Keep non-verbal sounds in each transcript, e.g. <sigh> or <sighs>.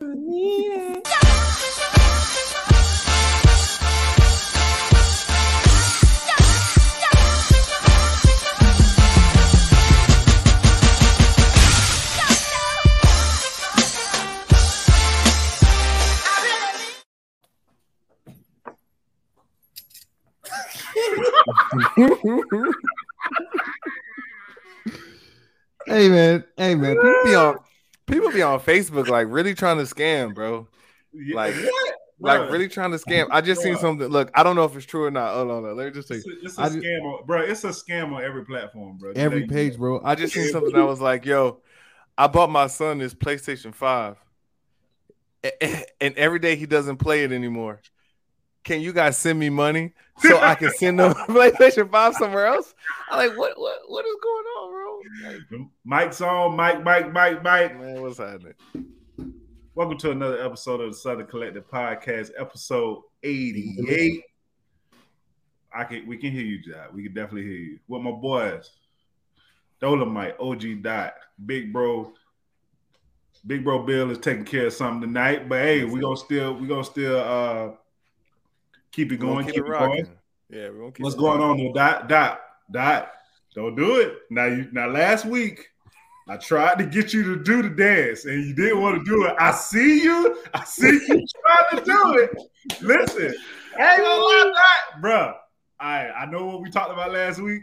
<laughs> hey man, hey man, people be <laughs> on people be on Facebook like really trying to scam, bro. Like what? Like Bruh. really trying to scam. I just seen Bruh. something. Look, I don't know if it's true or not. Hold on, let me just say. It's a, it's a I ju- scam, on, bro. It's a scam on every platform, bro. Just Every letting you page, know. bro. I just seen something that was like, yo, I bought my son this PlayStation 5. a- a- And every day he doesn't play it anymore. Can you guys send me money so I can send them <laughs> PlayStation 5 somewhere else? I'm like, what what what is going on, bro? Like, Mike's on. Mike, Mike, Mike, Mike. man, what's happening? Welcome to another episode of the Southern Collective Podcast, episode 88. I can we can hear you, Jack. We can definitely hear you. With my boys, Dolomite, OG Dot, Big Bro. Big Bro Bill is taking care of something tonight. But hey, we're gonna still we're gonna still uh keep We it gonna going, keep, it rocking. going. Yeah, we're gonna keep What's it going rocking. on though? Dot dot dot. Don't do it. Now you now last week I tried to get you to do the dance and you didn't want to do it. I see you. I see you trying to do it. Listen, I ain't gonna lie, Dot. Bruh, I I know what we talked about last week.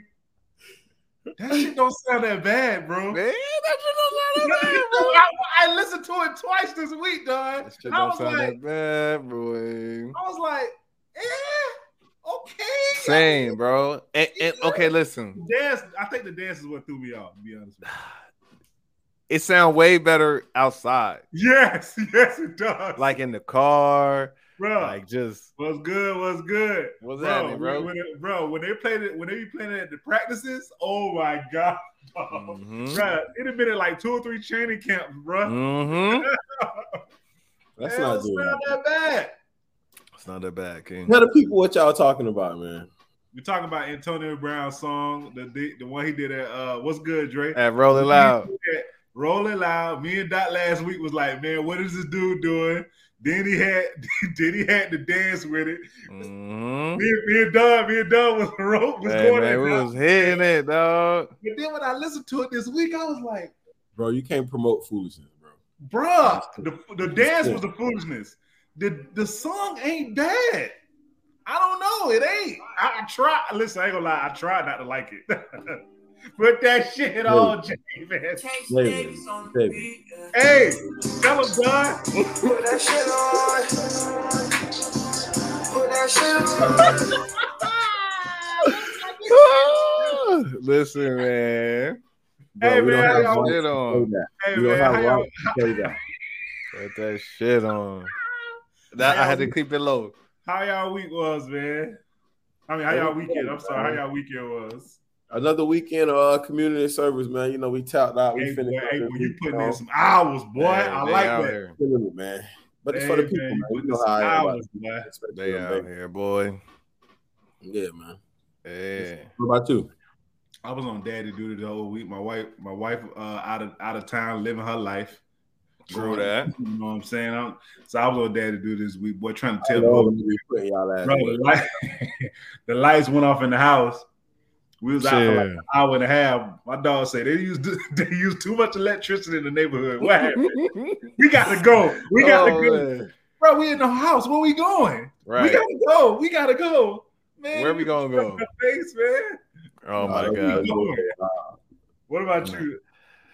That shit don't sound that bad, bro. Man, that shit don't sound that bad, bro. I, I listened to it twice this week, dog. That shit I don't was sound like, that bad, boy. I was like, eh, okay. Same, bro. And- and, okay, listen. dance. I think the dance is what threw me off. To be honest with It sound way better outside. you. Yes, <laughs> yes, it does. like in the car, bro, like just what's good? What's good, what's bro? happening, bro? When, when- bro, when they played it, when they be playing it at the practices, oh my god, <laughs> bro, Mhm. bro it'd have been at like two or three training camps, bro. Mhm. <laughs> That's Hell, not it's good. not that bad. It's not that bad, King. Tell the people what y'all talking about, man. We're talking about Antonio Brown's song, the the, the one he did at uh, "What's Good, Dre." At Rolling Loud, Rolling Loud. Me and Dot last week was like, man, what is this dude doing? Then he had, <laughs> then he had to dance with it. Mhm. Me, me and Don, me and Don was <laughs> rope was Hey, going man, in. we was hitting it, <laughs> dog. But then when I listened to it this week, I was like, Bro, you can't promote foolishness, bro. bruh, That's the, cool. the That's dance cool. was the foolishness. The the song ain't bad. I don't know. It ain't. I, I try. Listen, I ain't gonna lie. I tried not to like it. <laughs> Put that shit on, J man. Davis, Davis. Hey, tell him, Don. Put that shit on. Put that shit on. Listen, man. Hey, Bro, we man, don't have y'all- one Get to on. play that. Hey, We don't man, how have y'all- one to play that. Put that shit on. That I had to keep it low. How y'all week was, man? I mean, how y'all weekend? I'm sorry, how y'all weekend was? Another weekend of uh, community service, man. You know, we tapped out. We Hey, boy, finished. hey, up boy, this you week, putting bro. in some hours, boy. Hey, I they like out that. Here. Feeling it, man. But it's for the Hey, people, man, man. you You putting know in how some I am about hours, boy. to respect They them, out baby. here, boy. Yeah, man. Yeah. <laughs> What about you? I was on daddy duty the whole week. My wife, my wife, uh, out of out of town, living her life. True that. You know what I'm saying? I'm, so I was on daddy duty this week, boy, trying to tell All bro, of you putting y'all ass. bro <laughs> the, light, the lights went off in the house. We was out for like Shit. an hour and a half. My dog said they used <laughs> they used too much electricity in the neighborhood. What happened? <laughs> We got to go. We got Oh, to go. man. Bro, we in the house. Where we going? We Right. got to go. We got to go. Man, Where we gonna go? Face, man. Oh my Nah, god. we go. What about you?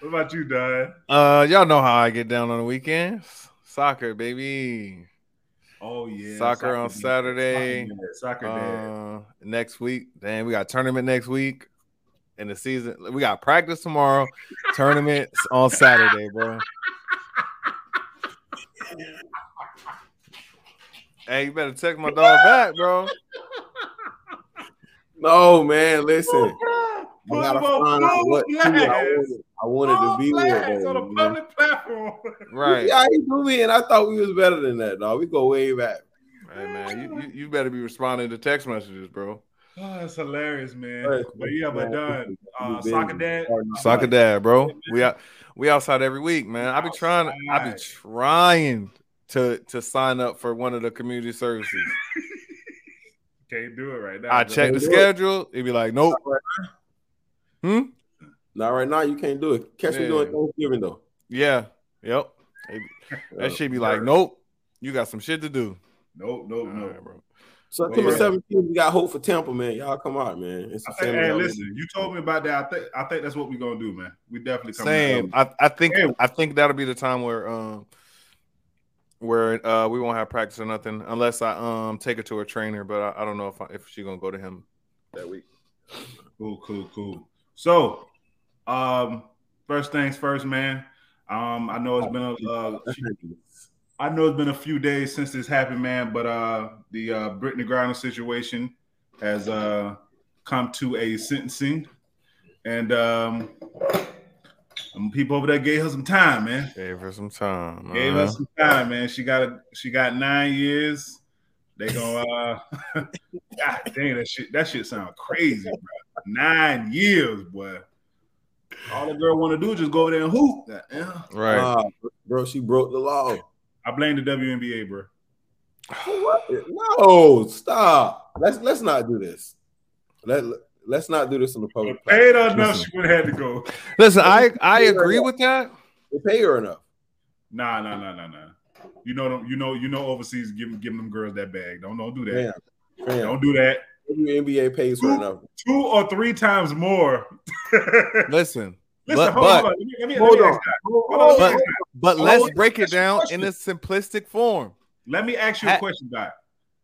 What about you, Don? Uh, y'all know how I get down on the weekends. Soccer, baby. Oh, yeah. Soccer on dad. Saturday. Soccer dad. Soccer Um, dad. Uh, next week, then we got tournament next week, and the season we got practice tomorrow, tournament <laughs> on Saturday, bro. Hey, you better text my dog back, <laughs> bro. No, man. Listen. I Put gotta him on find out full what team I blast. wanted. I wanted Full to be blast there. on a man. public platform. <laughs> Right. Yeah, he knew me, and I thought we was better than that, dog. We go way back. Hey man, you, you, you better be responding to text messages, bro. Oh, that's hilarious, man. Right. But yeah, but Don, uh, soccer dad. Soccer dad, bro. We out we outside every week, man. I be trying I be Outside. trying to to sign up for one of the community services. Can't do it right now. I Don. check the schedule, it'd be like, nope. Hmm? Not right now. You can't do it. Catch me Yeah. doing Thanksgiving though. Yeah. Yep. That should be like, nope. You got some shit to do. Nope, nope, All nope. right, bro. September Well, yeah. 17th, we got hope for Tampa, man. Y'all come out, man. It's I a think, family. hey, outing. listen, you told me about that. I think I think that's what we're gonna do, man. We definitely coming Same. out. I, I think Hey. I think that'll be the time where um where uh we won't have practice or nothing unless I um take her to a trainer, but I, I don't know if I, if she's gonna go to him that week. Cool, cool, cool. So, um, first things first, man. Um, I know it's been a uh, I know it's been a few days since this happened, man, but uh, the uh, Brittany Griner situation has uh, come to a sentencing, and um, them people over there gave her some time, man. Gave her some time. Gave uh-huh. us some time, man. She got a, she got nine years. They gonna uh, <laughs> God dang that shit. That shit sound crazy, bro. Nine years, boy. All the girl want to do is just go over there and hoop. God damn. right. Nah, bro, she broke the <sighs> law. I blame the WNBA, bro. What? No, stop. Let's let's not do this. Let let's not do this in the public. Paid her enough, she would have had to go. Listen, I I agree with that. They pay her enough. Nah, nah, nah, nah, nah. You know them. You know. You know. Overseas, giving giving them girls that bag. Don't don't do that. Man, man, Don't do that. WNBA pays her enough. Two or three times more. <laughs> Listen, Listen, But- hold on. but- Let me, let me, Hold let me on. ask that. Hold on, let me But- ask that. but Oh, let's yeah, break it that's your down question. in a simplistic form. Let me ask you a Ha- question, Doc.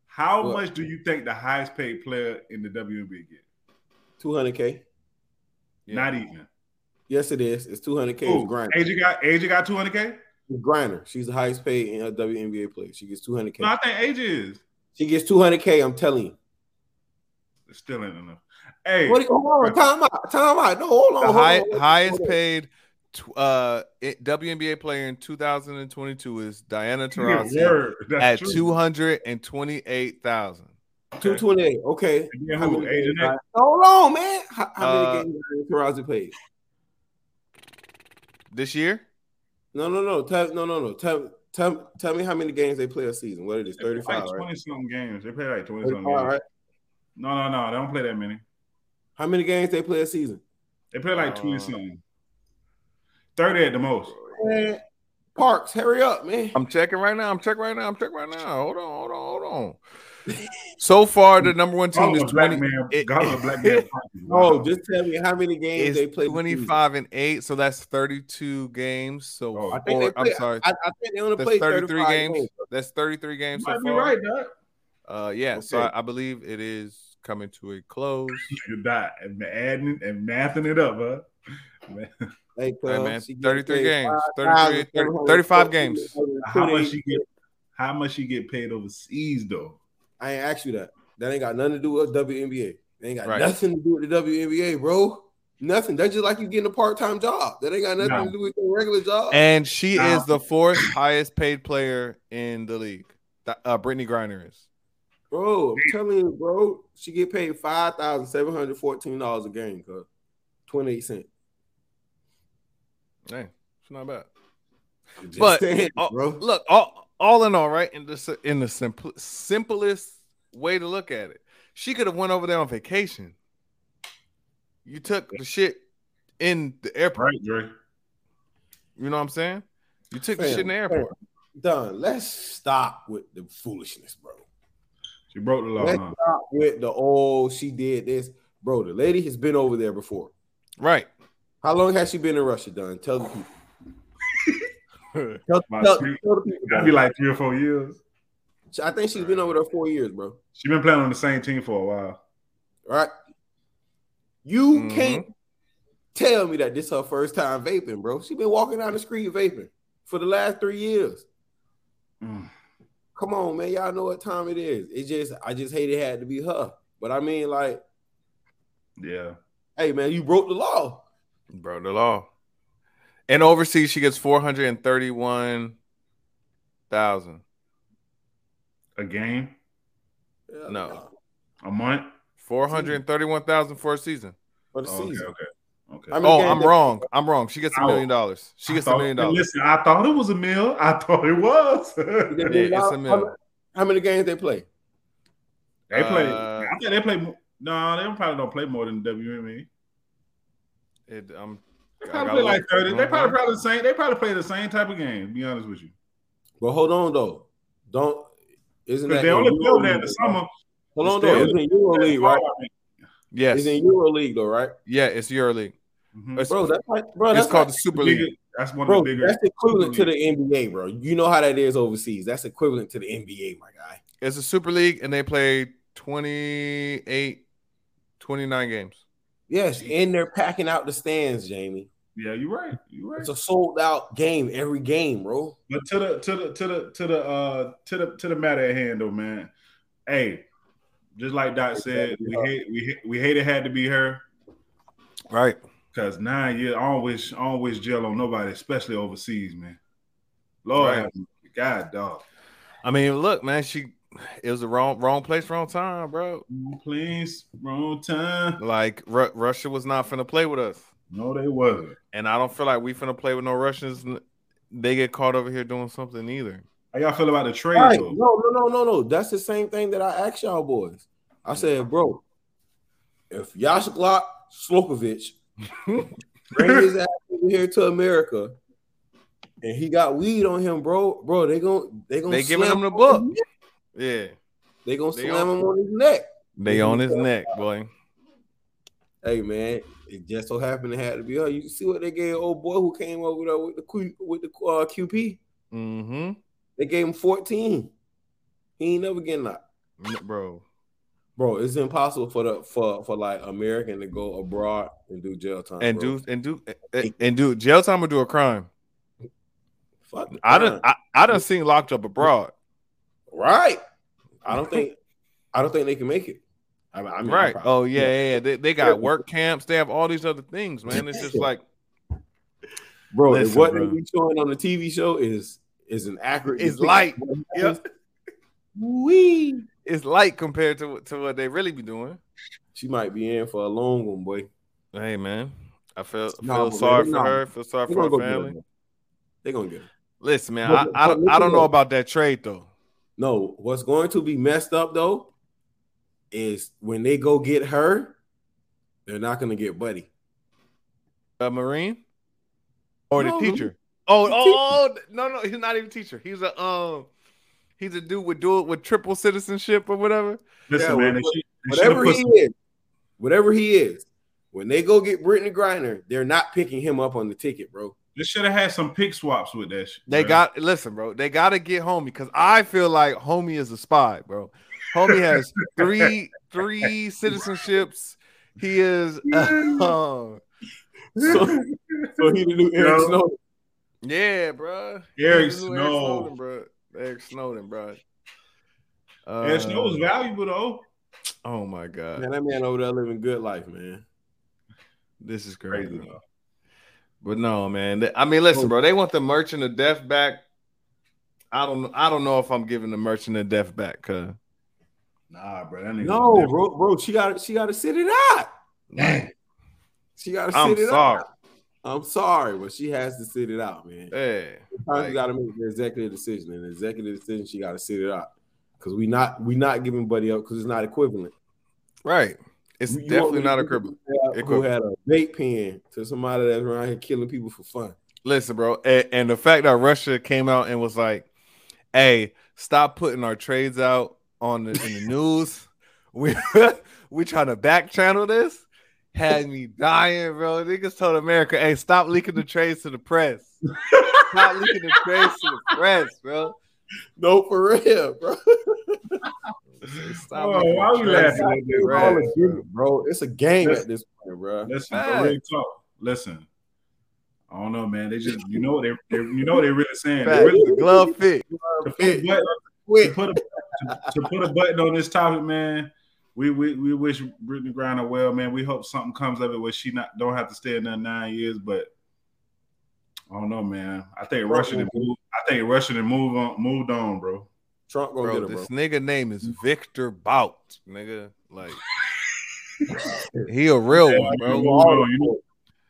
How What? much do you think the highest paid player in the WNBA get? Two hundred k. Yeah. Not even. Yes, it is. It's two hundred k. Ooh, It's grinder. AJ got AJ got 200k. It's grinder. She's the highest paid in a WNBA player. She gets two hundred No, I k. think AJ is. She gets two hundred k. I'm telling you. It still ain't enough. Hey, What? Hold on. Time out. Time out. No, hold on. The hold high, on. highest Hold on. paid tw- uh it- WNBA player in 2022 is Diana good Taurasi word. That's at true. 228,000. Two twenty eight. Okay. And then How who? many AJ games- next? Hold on, man. How, how Uh, many games Tarazi paid? This year? No, no, no. Tell, no, no, no. Tell, tell, tell me how many games they play a season. What it is? They play Thirty five. Like 20 Right? something games. They play like 20 35, something games. right? No, no, no. They don't play that many. How many games they play a season? They play like 20 Uh, something. 30 at the most. Man, Parks, hurry up, man. I'm checking right now. I'm checking right now. I'm checking right now. Hold on, hold on, hold <laughs> on. So far, the number one team Gobble is a black 20. man. it- Gobble a black man. Oh, just tell me how many games they It's play. 25 and 8, so that's 32 games. So Oh, I think far- they I'm play- sorry. I, I think they only that's play 33 thirty-three games. games. That's 33 games so might be far. right, Doc. Uh yeah, so Okay. I, I believe it is coming to a close. You're not and adding and mathing it up, huh? Hey, Hey, cuz, man, uh, she get 33 paid games. 33, 5,700, 35 games. How much she get? How much she get paid overseas though? I ain't asked you that. That ain't got nothing to do with WNBA. They ain't got Right. nothing to do with the WNBA, bro. Nothing. That's just like you getting a part time job. That ain't got nothing No. to do with your regular job. And she Nah. is the fourth highest paid player in the league. Th- Uh, Brittany Griner is. Bro, I'm telling you, bro, she get paid five thousand seven hundred fourteen dollars a game, cuz twenty eight cent. Dang, it's not bad. Just But- saying, <laughs> oh, bro, look all all in all right in the si- in the simple, simplest way to look at it she could have went over there on vacation you took the shit in the airport Right, Dre. you know what i'm saying you took the Fam, shit in the fam, airport done. Let's stop with the foolishness, bro. She broke the law. Let's huh? stop with the oh, she did this, bro. The lady has been over there before. right How long has she been in Russia? Done. Tell the people. Damn. Tell, My tell- sweet- tell the people. That'd be like three or four years. bro. I think she's been over there four years, bro. She been playing on the same team for a while. All right. You Mhm. can't tell me that this her first time vaping, bro. She been walking down the street vaping for the last three years. Mm. Come on, man. Y'all know what time it is. It just I just hate it had to be her. But I mean, like, Yeah. hey man, you broke the law. <laughs> bro the law and overseas she gets 431000 A game, Yeah, No. nah, a month. 431000 for a season For the Oh, okay, season. okay, okay. I mean, oh okay, i'm that- wrong i'm wrong she gets a Ow. million dollars she I gets thought- a million dollars Listen, I thought it was a meal. I thought it was. <laughs> Yeah, yeah, it's How a many- million How many games they play? they play. Uh, I think they play. mo- No, they don't- probably don't play more than E. WME. It, um, They I probably gotta play like uh-huh. look. thirty. They probably Mhm. probably the same. They probably play the same type of game. to Be honest with you. But hold on though. Don't Isn't Because that they in only Euro build there in the League? summer. Hold on, It's though. It's in Euro League, right? Yes. It's in Euro League, though, right? yeah, it's EuroLeague. Mhm. It's, Bro, that's like, bro, it's that's called like- the Super Bigger- League. That's one bro, of the bigger. that's equivalent to the NBA, bro. You know how that is overseas. That's equivalent to the NBA, my guy. It's a Super League, and they play 28, 29 games. Yes, and they're packing out the stands, Jamie. Yeah, you're right. You're right. It's a sold out game every game, bro. But to the to the to the to the uh to the to the matter at hand though, man. Hey, just like Doc said, we hate we hate, we hate it had to be her Right. because nine years I don't wish I don't wish jail on nobody, especially overseas, man. Lord, Right. have mercy. God, dog. I mean, look, man, she it was the wrong wrong place, wrong time, bro. Please, wrong time. Like Ru- Russia was not finna play with us, No, they wasn't. and I don't feel like we finna play with no Russians. They get caught over here doing something either. How y'all feel about the trade Right. No, though? no, no, no, no. That's the same thing that I asked y'all boys. I said, bro, if Yashglok Slokovic <laughs> bring his ass over here to America and he got weed on him, bro, bro, they gon' they gonna They giving him the on book. his neck. Yeah, They gonna They slam on- him on his neck. they on his neck, boy. Hey man, it just so happened it had to be her. You see what they gave old boy who came over there with the Q, with the uh, QP? hmm They gave him 14. He ain't never getting out. Bro, Bro, it's impossible for the for for like American to go abroad and do jail time. and bro. do and do and do jail time or do a crime. Fuck the I crime. don't. I, I done seen locked up abroad. right. I don't <laughs> think I don't think they can make it. I mean, I mean, right. I probably- Oh yeah, yeah. yeah. They, they got work camps. They have all these other things, man. It's just like bro, if listen, what bro. they be showing on the TV show is is an accurate. It's light. Yeah. Wee. it's light compared to to what they really be doing. She might be in for a long one, boy. Hey man, I feel No, feel man, sorry for no. her. Feel sorry They're gonna for her go get family. her. They're gonna get her. Listen, man, I, But- I, but don't- I listen don't know though. about that trade though. No, what's going to be messed up though is when they go get her, they're not gonna get Buddy. A marine or the No, teacher? Oh, the oh, oh, no, no, he's not even teacher. He's a um, he's a dude with dual with triple citizenship or whatever. Listen, Yeah, what- man, they should- they should've Whatever put he some- is, whatever he is, when they go get Brittany Griner, they're not picking him up on the ticket, bro. they should have had some pick swaps with that. shit, They bruh. <laughs> got listen, bro. They got to get homie because I feel like homie is a spy, bro. Homie <laughs> has three three citizenships. He is <laughs> um, <laughs> So, so he the <laughs> new Eric No. Snow. yeah, bro. Eric Snowden, Snow. bro. Eric Snowden, bro. Eric Snow was Uh, valuable though. Oh my god, Man, that man over there living good life, man. this is crazy. Crazy bro. though. But no, man. They- I mean, Oh. listen, bro. They want the Merchant of Death back. I don't. I don't know if I'm giving the Merchant of Death back. Cause Nah, bro. That nigga was No, different. bro, bro, she got she got to sit it out. Dang. She got to sit I'm it out. sorry. I'm sorry, but she has to sit it out, man. Hey, Sometimes Like- you got to make an executive decision, and the executive decision she got to sit it out because we not we not giving Buddy up because it's not equivalent. right. It's You- you want definitely me to not a give a cripple. guy Who Equivalent. had a vape pen to somebody that's around here killing people for fun? Listen, bro, and, and the fact that Russia came out and was like, "Hey, stop putting our trades out on the, <laughs> in the news. We <laughs> we trying to back channel this." Had me dying, bro. Niggas told America, "Hey, stop leaking the trades to the press. Stop leaking the trades to the press, bro. No, for real, bro. Stop Oh, leaking why the we trades laughing to at the this? press, All a bro." gimmick, bro. It's a game Yes. at this point, bro. Listen, Facts. for real talk. Listen, I don't know, man. They just, you know, what they, they you know what they really saying. They Facts. really, The glove fit. to, put a button, to, Quick, put a, to, to put a button on this topic, man. We we, we wish Brittany Griner well, man. We hope something comes of it where she not don't have to stay another nine years. But I don't know, man. I think Russia done moved. I think Russia done move on, moved on, bro. Trump gonna Bro, get this it, nigga name is Victor Bout, nigga. Like he a real one, You bro. know, who else-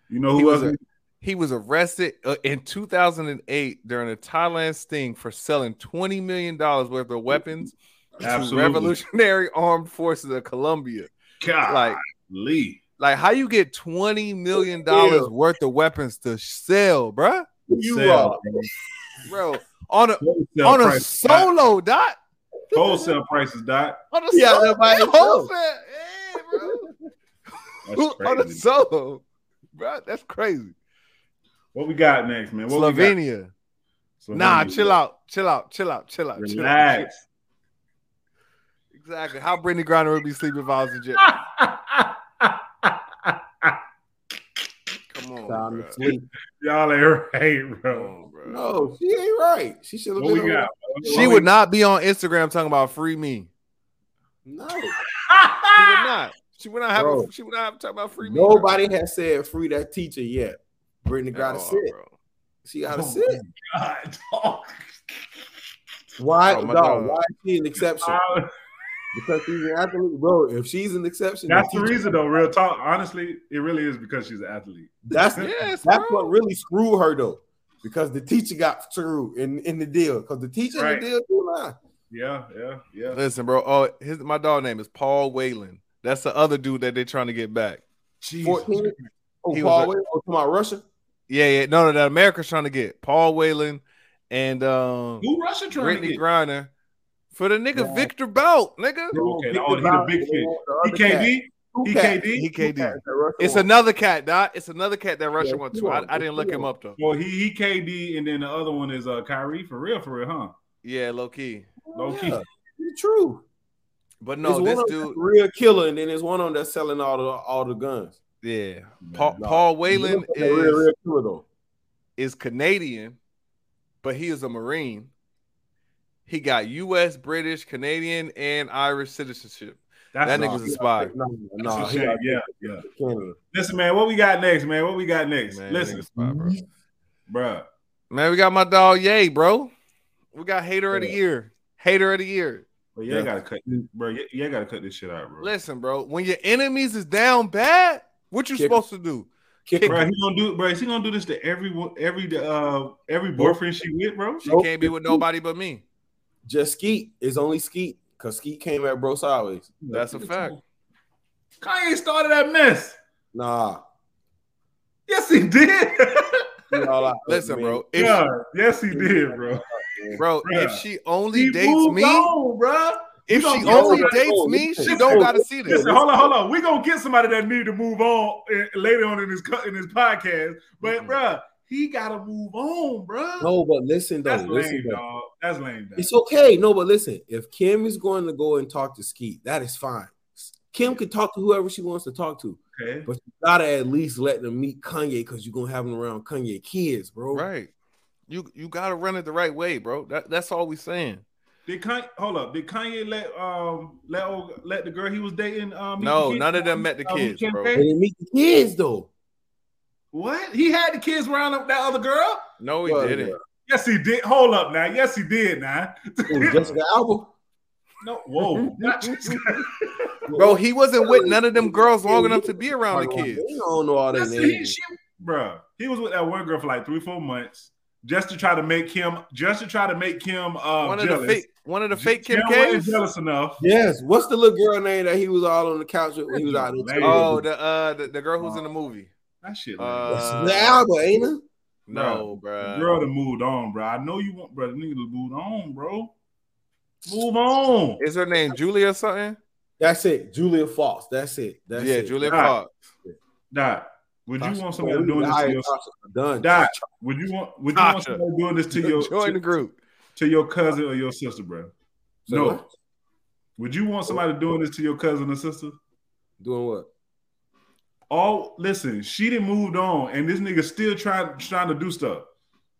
you know He who was else? a- He was arrested uh, in 2008 during a Thailand sting for selling 20 million dollars worth of weapons to Absolutely. Revolutionary <laughs> Armed Forces of Colombia. God, Like, Lee. like how you get 20 million dollars worth of weapons to sell, bro. bruh? You Sell, are bro, on a bro. Sell on a price. solo dot. Wholesale prices, Doc. On the He out solo, there by man, himself. wholesale. Yeah, bro. That's <laughs> On the crazy. solo, bro. That's crazy. What we got next, man? What we got? Slovenia. Nah, Slovenia. chill out, chill out, chill out, chill out. Chill out. Relax. Exactly. How Brittany Griner would be sleeping if I was in jail. <laughs> <laughs> Come on, Time to bro. sleep. Y'all ain't <laughs> right, Come bro. on, bro. No, she ain't right. She should have What been. we got? around. She <laughs> would not be on Instagram talking about free me. No, She would not. She would not have. Bro. A, she would not have talk about free me. nobody has said free that teacher yet. Brittany bro. got to sit. Bro. She got to Oh, sit. God, dog. Why? Oh, my no, God. why is she an exception? Ah. <laughs> Because she's an athlete, bro. If she's an exception, That's the teacher- reason, though. Real talk. Honestly, it really is because she's an athlete. That's Yes, that's bro. what really screwed her though, because the teacher got through in, in the deal. Because the teacher Right. in the deal do not. Yeah, yeah, yeah. Listen, bro. Oh, his my dog name is Paul Whalen. That's the other dude that they're trying to get back. Jesus. 14. Oh, He was Paul a- Wade, oh, to my Russia. Yeah, yeah. No, no, that America's trying to get Paul Whalen and um Who Russia trying Brittany to Griner for the nigga Yeah. Victor Bout, nigga. They want okay, Victor I wanna hear the Bout, big they fish. want get? the other cat. EKD. Two cats. EKD. He can't Two do. cats that Russia It's want. another cat, Doc. It's another cat that Russia Yeah, wants two to. of I, them. I didn't look him up though. Well, he EKD, and then the other one is uh Kyrie for real, for real, huh? Yeah, low key. Low key. Yeah, it's true. There's But no, one this of them dude. that's a real killer, and then there's one of them that's selling all the all the guns. Yeah, Paul, no. Paul Whalen He's a is real, real killer though. is Canadian, but he is a Marine. He got U.S., British, Canadian, and Irish citizenship. That's That not- nigga's a he spy. No, no, <laughs> that's no, a he shame. got yeah, yeah. Canada. Listen, man, what we got next, man? What we got next? Man, that Listen, nigga's a spy, bro. bruh. Man, we got my dog. Yay, bro. We got hater of the Yeah. year. Hater of the year. But yeah, Yeah. gotta cut, bro. Yeah, yeah, gotta cut this shit out, bro. Listen, bro. When your enemies is down bad, what you Kick 'em. supposed to do? Kick Bro, he gonna do, bro. Is he gonna do this to every wo- every uh every boyfriend she with, bro? She Nope. can't be with nobody but me. Just Skeet is only Skeet because Skeet came at bro sideways. That's a fact. Kanye started that mess. Nah, Yes, he did. <laughs> You know, like, <laughs> Listen, man, bro. If, yeah, yes, he did, bro. Bro, if Bruh. she only He dates moved me, on, bro. if You she don't- only you don't- dates oh, me, listen, she don't listen, gotta see this. Listen, hold on, hold on. We gonna get somebody that need to move on eh, later on in this co- in this podcast, but Mhm. bro, he gotta move on, bro. No, but listen though, That's lame, listen though. dog. That's lame. Dog. It's okay. No, but listen, if Kim is going to go and talk to Skeet, that is fine. Kim can talk to whoever she wants to talk to, okay. but you gotta at least let them meet Kanye because you're gonna have them around Kanye kids, bro. Right. You you gotta run it the right way, bro. That, that's all we saying. Did Kanye hold up? Did Kanye let um let old, let the girl he was dating um meet the No, kids? none of them met the Uh, we kids, can't bro. pay? They didn't meet the kids though. What he had the kids around that other girl? No, he Well, didn't. Yes, he did. Hold up now. Yes, he did now. <laughs> Ooh, Jessica Alba. No, whoa, not <laughs> just- Bro, he wasn't with none of them girls long enough to be around the kids. They don't know all their Listen, he, names. she, bruh, he was with that one girl for like three, four months just to try to make him, just to try to make him uh, One of jealous. the fake one of the J- fake Kim Kim wasn't K's. jealous enough. Yes, what's the little girl name that he was all on the couch with when he was out there? Man. Oh, the uh the, the girl who's in the movie. That shit. Uh, Jessica Alba, ain't it? No, like, bro. girl, to moved on, bro. I know you want, bro. The nigga to move on, bro. Move on. Is her name Julia or something? That's it, Julia Fox. That's it. That's yeah, it. Julia Right. Fox. Doc, would you Tasha, want somebody bro, doing this to liar, your? Tasha, done. Doc, would you want? Would you want uh, Tasha. somebody doing this to your <laughs> Join the to, group. to your cousin or your sister, bro? So no. what? Would you want somebody doing this to your cousin or sister? Doing what? All listen, she didn't moved on, and this nigga still trying trying to do stuff.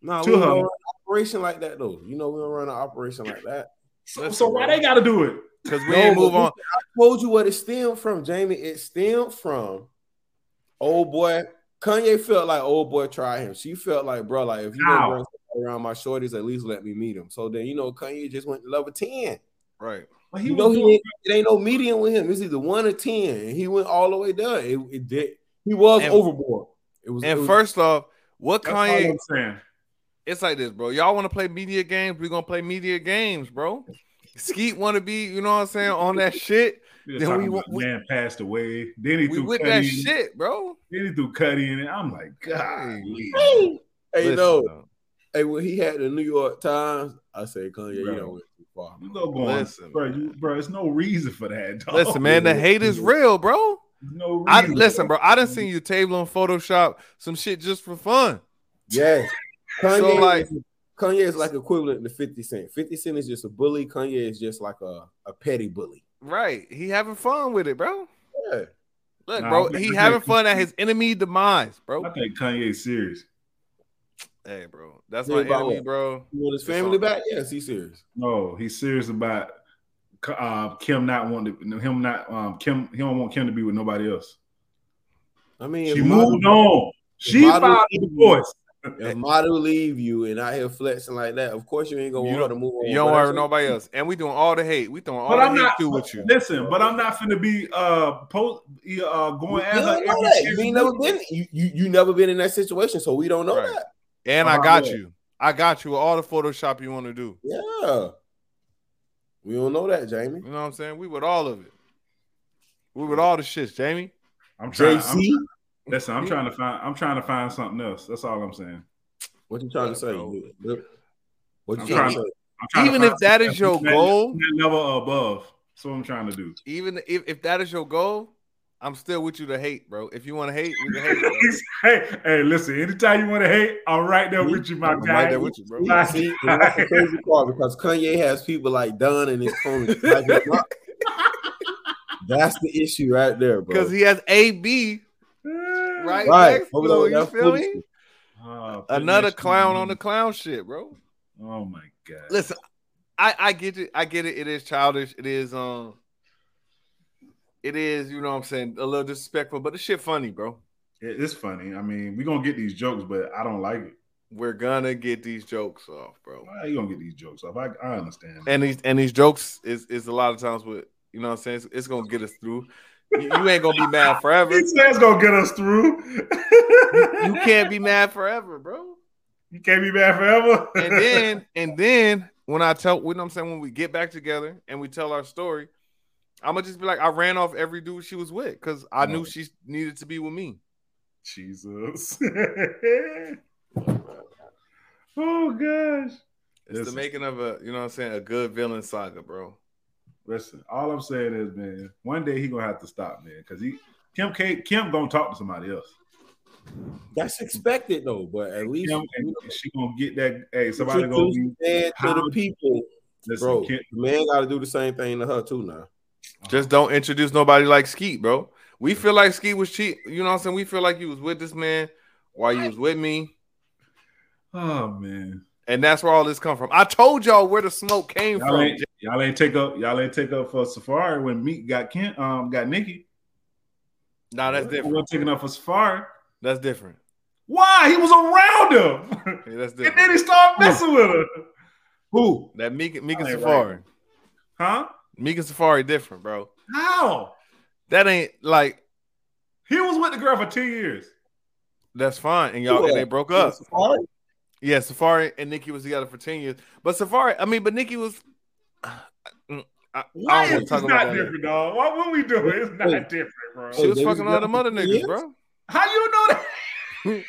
No, To we her. don't run an operation like that though. You know, we don't run an operation like that. So, Listen, so why bro. they gotta do it? Because we No, ain't but move on. Told you what it stemmed from, Jamie. It stemmed from old boy. Kanye felt like old boy tried him. She felt like, bro, like if you Ow. gonna run somebody around my shorties, at least let me meet him. So then you know Kanye just went to level 10. Right. But You he know was he doing, ain't, it ain't no median with him. It's either one or ten. And he went all the way down. It, it did he was And- overboard. It was it And was- first off, what that's Kanye all I'm saying. it's like this, bro. Y'all want to play media games? We're gonna play media games, bro. Skeet want to be, you know what I'm saying, on that shit. Nigga Then talking we- about we- man passed away. Then he We threw with Cudi that in. shit, bro. Then he threw Cuddy in it. I'm like, God, hey no, Listen, though. hey when he had the New York Times, I said Kanye, you Bro. don't went too far. You go going, Listen. bro. You, bro, it's no reason for that. <laughs> Dog. Listen, man, the hate is real, bro. There's no reason. I listen, bro. I done seen you table on Photoshop some shit just for fun. Yes. Kanye, So, like- is, Kanye is like equivalent to 50 Cent. 50 Cent is just a bully. Kanye is just like a, a petty bully. Right. He having fun with it, bro. Yeah. Look, Nah, bro, I'm- he having fun at his enemy demise, I bro. think Kanye's serious. Hey, bro. That's Yeah, my about enemy, what? bro. You want his It's family all- back? Yes, he's serious. No, he's serious about uh, Kim not wanting to, him not um, Kim. He don't want Kim to be with nobody else. I mean, She if Madu- moved on. She Madu- filed a divorce. If Madu leave you and I hear flexing like that, of course you ain't gonna You want her to move on. You don't but worry that's- nobody else. And we doing all the hate. We throwing all But the I'm hate not- too with you. Listen, but I'm not finna be uh post uh You going at her. don't know that. You ain't never been. You, you you never been in that situation, so we don't know Right. that. And I Uh-huh, got yeah. you. I got you with all the Photoshop you want to do. Yeah, we don't know that, Jamie. You know what I'm saying? We with all of it. We with all the shits, Jamie. I'm trying. I'm, JC, listen, I'm trying to find. I'm trying to find something else. That's all I'm saying. what you trying to say? Bro. Look, What you I'm trying trying to say? I'm trying to Even find if that is your something that's goal, that level or above. That's what I'm trying <laughs> to do. even if, if that is your goal, I'm still with you to hate, bro. If you want to hate, we can hate. Bro. hey, hey, listen. Anytime you want to hate, I'm right there Me? with you, my I'm guy. right <laughs> there with you, bro. Like- See, and that's the crazy part because Kanye has people like Don and his homies. Like, <laughs> it's not- that's the issue right there, bro. Because he has A B right, Right. next Over to there, him, You that's feel me? foolishness. Oh, Another goodness. clown on the clown shit, bro. Oh my god. Listen, I I get it. I get it. It is childish. It is um. It is, you know what I'm saying, a little disrespectful, but the shit funny, bro. It- it's funny. I mean, we're gonna get these jokes, but I don't like it. We're gonna get these jokes off, bro. Why you gonna get these jokes off? I, I understand. And these and these jokes is is a lot of times with you know what I'm saying. It's, it's gonna get us through. You, you ain't gonna be mad forever. He says gonna get us through. You can't be mad forever, bro. <laughs> You can't be bad forever. and then and then when I tell when I'm saying when we get back together and we tell our story, I'm gonna just be like, I ran off every dude she was with because I knew Right. she needed to be with me. <laughs> Jesus. <laughs> oh gosh. It's Listen. Uh-huh. the making of a you know what I'm saying a good villain saga, bro. Listen, all I'm saying is, man, one day he gonna have to stop, man, because he Kim K Kim gonna talk to somebody else. That's expected though, but at least Kim, you and know, she gonna get that. Hey, somebody gonna introduce be the man to the people, listen, bro. Kim, The man got to do the same thing to her too now. Just don't introduce nobody like Skeet, bro. We feel like Skeet was cheat. You know what I'm saying? We feel like you was with this man while you was with me, Oh man, and that's where all this come from. I told y'all where the smoke came <laughs> y'all from. ain't, y'all ain't take up y'all ain't take up for Safari when Meek got Kim um got Nikki. Nah, that's They different. weren't taking up for Safari. That's different. Why? He was around him, <laughs> Yeah, that's and then different. he started messing with her. Who? That Meek, Meek and Y'all ain't Safari, right. Huh? Meek and Safari different, bro. How? That ain't like He was with the girl for two years. that's fine. And y'all and they broke up. Safari? Yeah, Safari and Nikki was together for 10 years. But Safari, I mean, but Nikki was Mm, I, Why wanna is talk about this not that. different, dog? Why what we doing? It's not Hey. different, bro. she Hey, was they was fucking all them together other for niggas, years? bro. How you know that?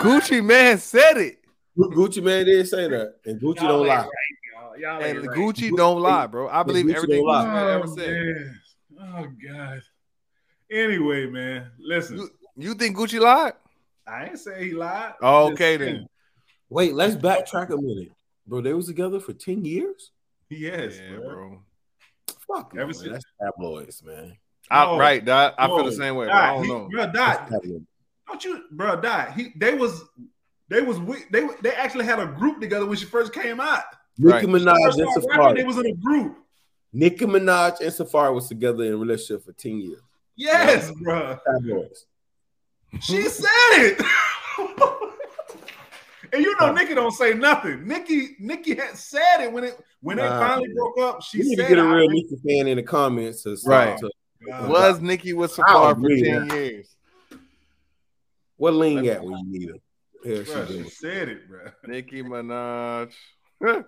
Gucci man said it. Gu- Gucci man did say that, and Gucci Y'all don't ain't lie. right, y'all. Y'all And ain't right. Gucci don't lie, bro. I believe Gucci everything don't lie. Gucci man ever Oh, said. man. oh god. Anyway, man, listen. You, you think Gucci lied? I ain't say he lied. Oh, okay Just then. Wait, let's backtrack a minute, bro. They was together for ten years. saying. Yes, yeah, bro. bro. Fuck, Ever man, since- that's tabloids, man. I, No. right, Dot. I feel No. the same way. Bro. I Dot, don't he, know. bro, That's Dot, tabloid. don't you, bro, Dot? He, they was, they was, wi- they they actually had a group together when she first came out. Right. Nicki Minaj First and started rapping, they Safari. was in a group. Nicki Minaj and Safari was together in a relationship for ten years. Yes, bro. Tabloids. She said it. <laughs> and you know, Nikki don't say nothing. Nikki, Nikki had said it when it when they Nah, finally man. broke up. She You need to said, get a I real think- uh, Nicki fan in the comments. To, Right. to- God. Was Nikki with Safari for agree. 10 years? what lean at when you need him? Here she Bruh, she goes. said it, bro. Nicki Minaj. <laughs> and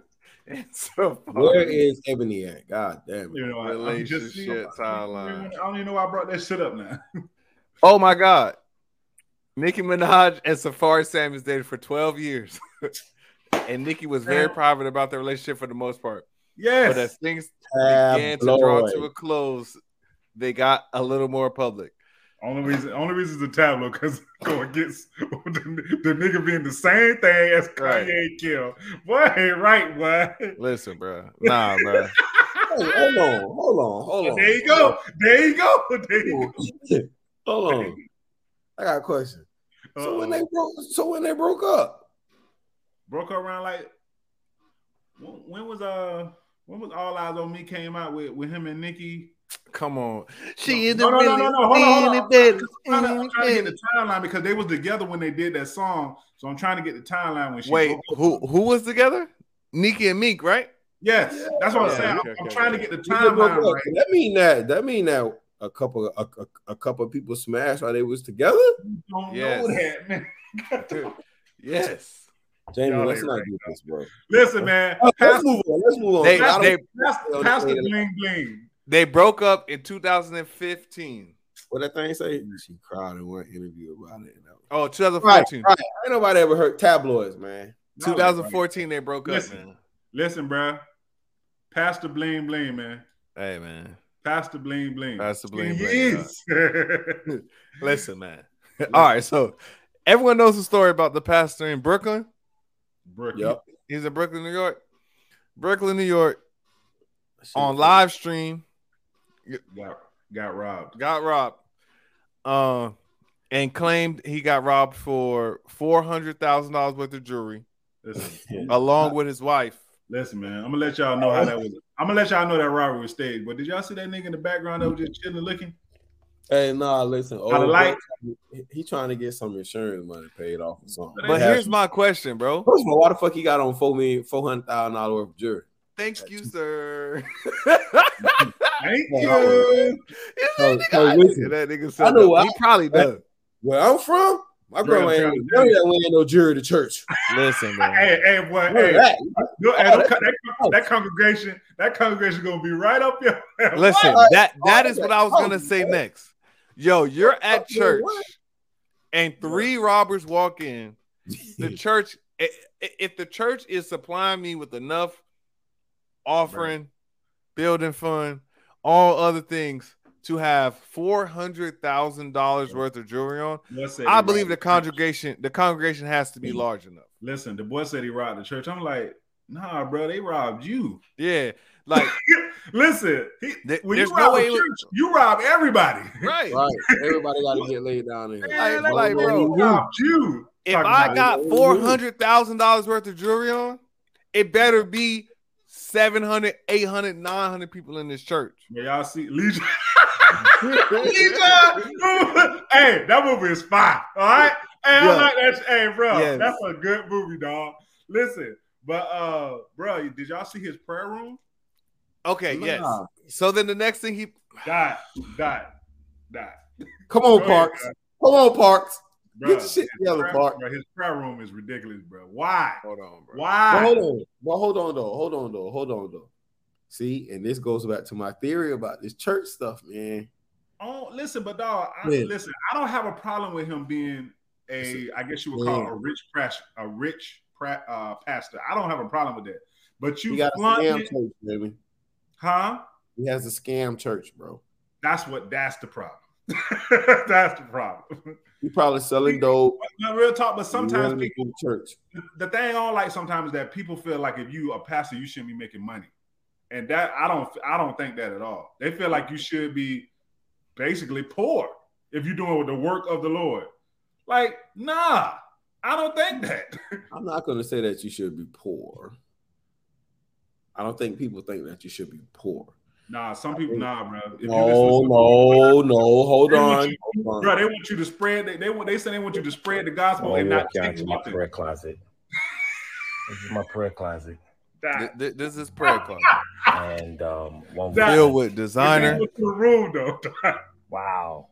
Safari. Where is Ebony at? God damn it. You know, I, I'm just you relationship know, I timeline. don't even know why I brought that shit up now. Oh my God. Nicki Minaj and Safari Samuels dated for 12 years. <laughs> and Nicki was very Damn. private about their relationship for the most part. But Yes. as things began to draw to a Tabloid. close, they got a little more public. Only reason, only reason is the tabloid <laughs> because go against the, the nigga being the same thing as Right. Kanye Kill. Boy, ain't <laughs> right, boy. Listen, bro. Nah, bro. Hey, hold on, hold on, hold on. <laughs> There you go. There you go. <laughs> There you Hold on. <laughs> Hold on. I got a question. go. Oh, So when Uh-oh. they broke, so when they broke up, broke her around like when, when was uh when was All Eyes on Me came out with with him and Nikki? Come on. She is No, the no, no, no, no. Hold on, hold on. really I'm trying, to, Mm-hmm. I'm trying to get independent. the timeline because they was together when they did that song. So I'm trying to get the timeline when she Wait, broke up. who who was together? Nikki and Meek, right? Yes, that's what I'm Yeah, saying. okay, I'm, I'm okay, trying okay. to get the when they broke timeline up, right. that mean that that mean that a couple a, a, a couple of people smashed while they was together. You don't Yes. know that, man. Yes. Jamie, Y'all let's ain't not right, do this, bro. Listen, man. Let's Pastor, move on. Let's move on. They I don't- they Pastor, Pastor Bling Bling. they broke up in 2015. what that thing say? She cried in one interview about it. Oh, Right, 2014. right. Ain't nobody ever heard tabloids, man. No, 2014 they broke up, Listen. man. Listen, bruh. Pastor Bling Bling, man. Hey, man. Pastor Bling Bling. Pastor Bling He Bling, is. Listen, man. All right, so everyone knows the story about the pastor in Brooklyn. <laughs> Brookie. Yep. He's in Brooklyn, New York. Brooklyn, New York, She- on live stream, Got, got robbed. got robbed, uh, and claimed he got robbed for four hundred thousand dollars worth of jewelry, <laughs> Listen, along with his wife. listen, man. I'm gonna let y'all know how that was. I'm gonna let y'all know that robbery was staged. But did y'all see that nigga in the background that was just chilling, looking? Hey, nah, listen. Oh, Kinda like- he trying to get some insurance money paid off or something. But He has- here's my question, bro. First of all, why the fuck he got on four million, four hundred thousand dollar worth of jewelry? Thank you, sir. <laughs> Thank Yeah. you. Hey, hey, listen. that nigga Oh, I said, know that. he probably does. Where I'm from, my Bro, grandma ain't, bro, bro. that ain't no jury to church. Listen, man. <laughs> Hey, hey, boy, Where hey, that? look, hey, don't that's cut- that, that congregation, that congregation gonna be right up your <laughs> Listen, What? that that Oh, is what I was gonna oh, say yeah. next. Yo, you're at yeah, church, what? and three robbers walk in. The church, i- i- if the church is supplying me with enough offering, building fund, all other things to have four hundred thousand dollars worth of jewelry on, Let's say I they believe robbed the congregation, the congregation has to Mm. be large enough. Listen, the boy said he robbed the church. I'm like, nah, bro, they robbed you. Yeah, like Listen, he, There- <laughs> when there's you no rob way a it was- church, you rob everybody. <laughs> <laughs> right. Right. Everybody got to get laid down in here. <laughs> Man, like, like, bro, bro, robbed you. If Talking I about- got it. four hundred thousand dollars worth of jewelry on, it better be 700, 800, 900 people in this church. Yeah, y'all <laughs> see Legion. Legion! hey, that movie is fire. All right. Hey, I Yeah. like that. Hey, bro, Yes. that's a good movie, dog. Listen, but uh, bro, did y'all see his prayer room? Okay, Nah. yes. So then the next thing he Dot, dot, dot. Come on, Oh, Go ahead, Parks. Come on, Parks. Bro, Get your shit his together, prayer- Park. bro, His prayer room is ridiculous, bro. Why? hold on, bro. But Why? hold on. But hold on though. Hold on though. Hold on though. See, and this goes back to my theory about this church stuff, man. Oh, listen, but dog, I, Yeah. listen, I don't have a problem with him being a, I guess you would call it a rich pras- a rich pra- uh, pastor. I don't have a problem with that. But We you got a flaunt scam it, church, baby. huh? He has a scam church, bro. That's what. That's the problem. <laughs> that's the problem. He probably selling dope. No real talk, but sometimes running people, through church. the thing I don't like sometimes is that people feel like if you a pastor, you shouldn't be making money, and that I don't I don't think that at all. They feel like you should be basically poor if you're doing the work of the Lord. Like, nah, I don't think that. I'm not going to say that you should be poor. I don't think people think that you should be poor. Nah, some people, nah, bro. If you No, listen to- no, no. Hold They want on. you- Hold Bro, on. they want you to spread. They, they want. They say they want you to spread the I'm gospel gonna and not walk y'all take into my nothing. prayer closet. This is my prayer closet, Th- That- th- this is prayer club. and um, one That- Filled with designer. What's the rule though? <laughs> Wow,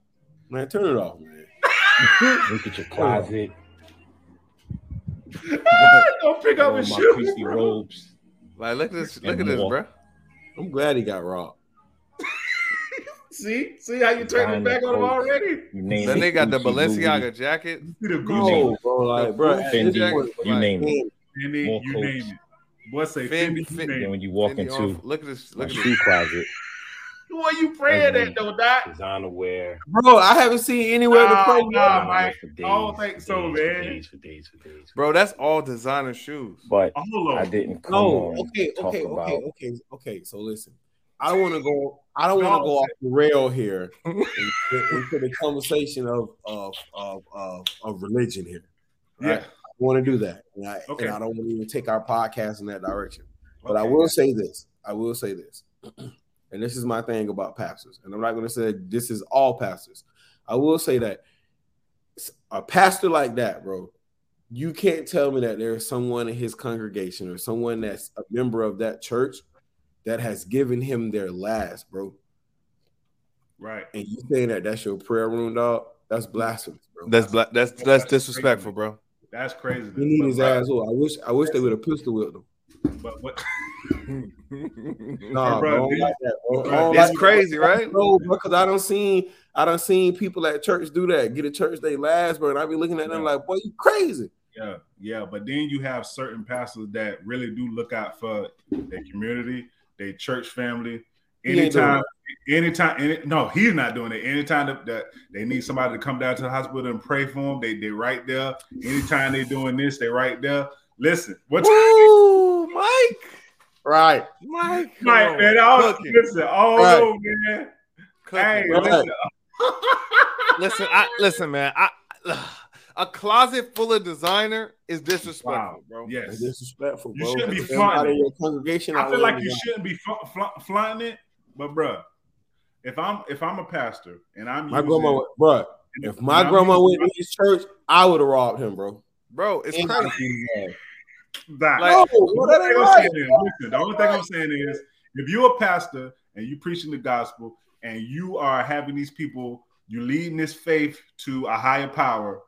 Man, turn it off, man. look at your Oh. closet. Don't pick all up Oh, my and shoot. priestly bro. robes. Like, look at this, look at this, bro. I'm glad he got robbed. See, see how you turned it Designer back on him coat. already. You name Then it, they got the Gucci, Balenciaga jacket. See the Gucci, name No, bro. Like, bro. Louis, Fendi, Jack- you name it. and then More you coats. name it. Boy, say Fin- Fendi, fin- Then name. when you walk Fendi into off- look at this. my Look at shoe this. closet, What you praying Mhm. at though, Doc? designer wear. Bro, I haven't seen anywhere in the Ah. Nah, pro. nah. designer wear Mike, for I don't days, think for so, man. days, For days, for days, for days. Bro, that's all designer shoes. But Hold I on. didn't come No, on. okay, talk okay, about- okay, okay, okay. So listen, I don't want to go. I don't want No. to go off the rail <laughs> here into into the conversation of of of of, of religion here. Yeah. Right? I want to do that, and I, Okay. and I don't want to even take our podcast in that direction. But I Okay. will say this. I will say this. And this is my thing about pastors. And I'm not going to say this is all pastors. I will say that a pastor like that, bro, you can't tell me that there's someone in his congregation or someone that's a member of that church that has given him their last, bro. Right. And you saying that that's your prayer room, dog? That's blasphemous, bro. That's black. That's that's disrespectful, bro. That's crazy. he need his But- asshole. I wish I wish they would have pistol whipped him. But what? <laughs> Nah, bro, Hey, bro, I don't dude. like that, bro. I Bro, don't this That's like- crazy, right? No, because I don't seen I don't seen people at church do that. Get a church they last, bro, and I be looking at them like, boy, you crazy. Yeah, yeah, but then you have certain pastors that really do look out for their community, their church family. He ain't doing Anytime, anytime, any, no, he's not doing it. Anytime that, that they need somebody to come down to the hospital and pray for them, they they right there. Anytime they doing this, they right there. Listen, what Woo, Mike, Right. Mike, right, man? All, cooking, listen, all Right. over, man. cooking, hey, bro. right. listen, listen, I listen, man. I <sighs> a closet full of designer is disrespectful, Wow. bro. That's yes. disrespectful, You bro. shouldn't be Because everybody fronting. in your congregation. I out feel there like you is shouldn't be fl- fl- flaunting it, but bruh, if I'm if I'm a pastor and I'm My using- grandma, would- bro. and If my I'm grandma using went to his church, I would have robbed him, bro. Bro, it's And- crazy. that, Like- no, bro, that the ain't only thing I'm right. saying is- listen, the only thing I'm saying is, if you're a pastor and you preaching the gospel and you are having these people, you leading this faith to a higher power,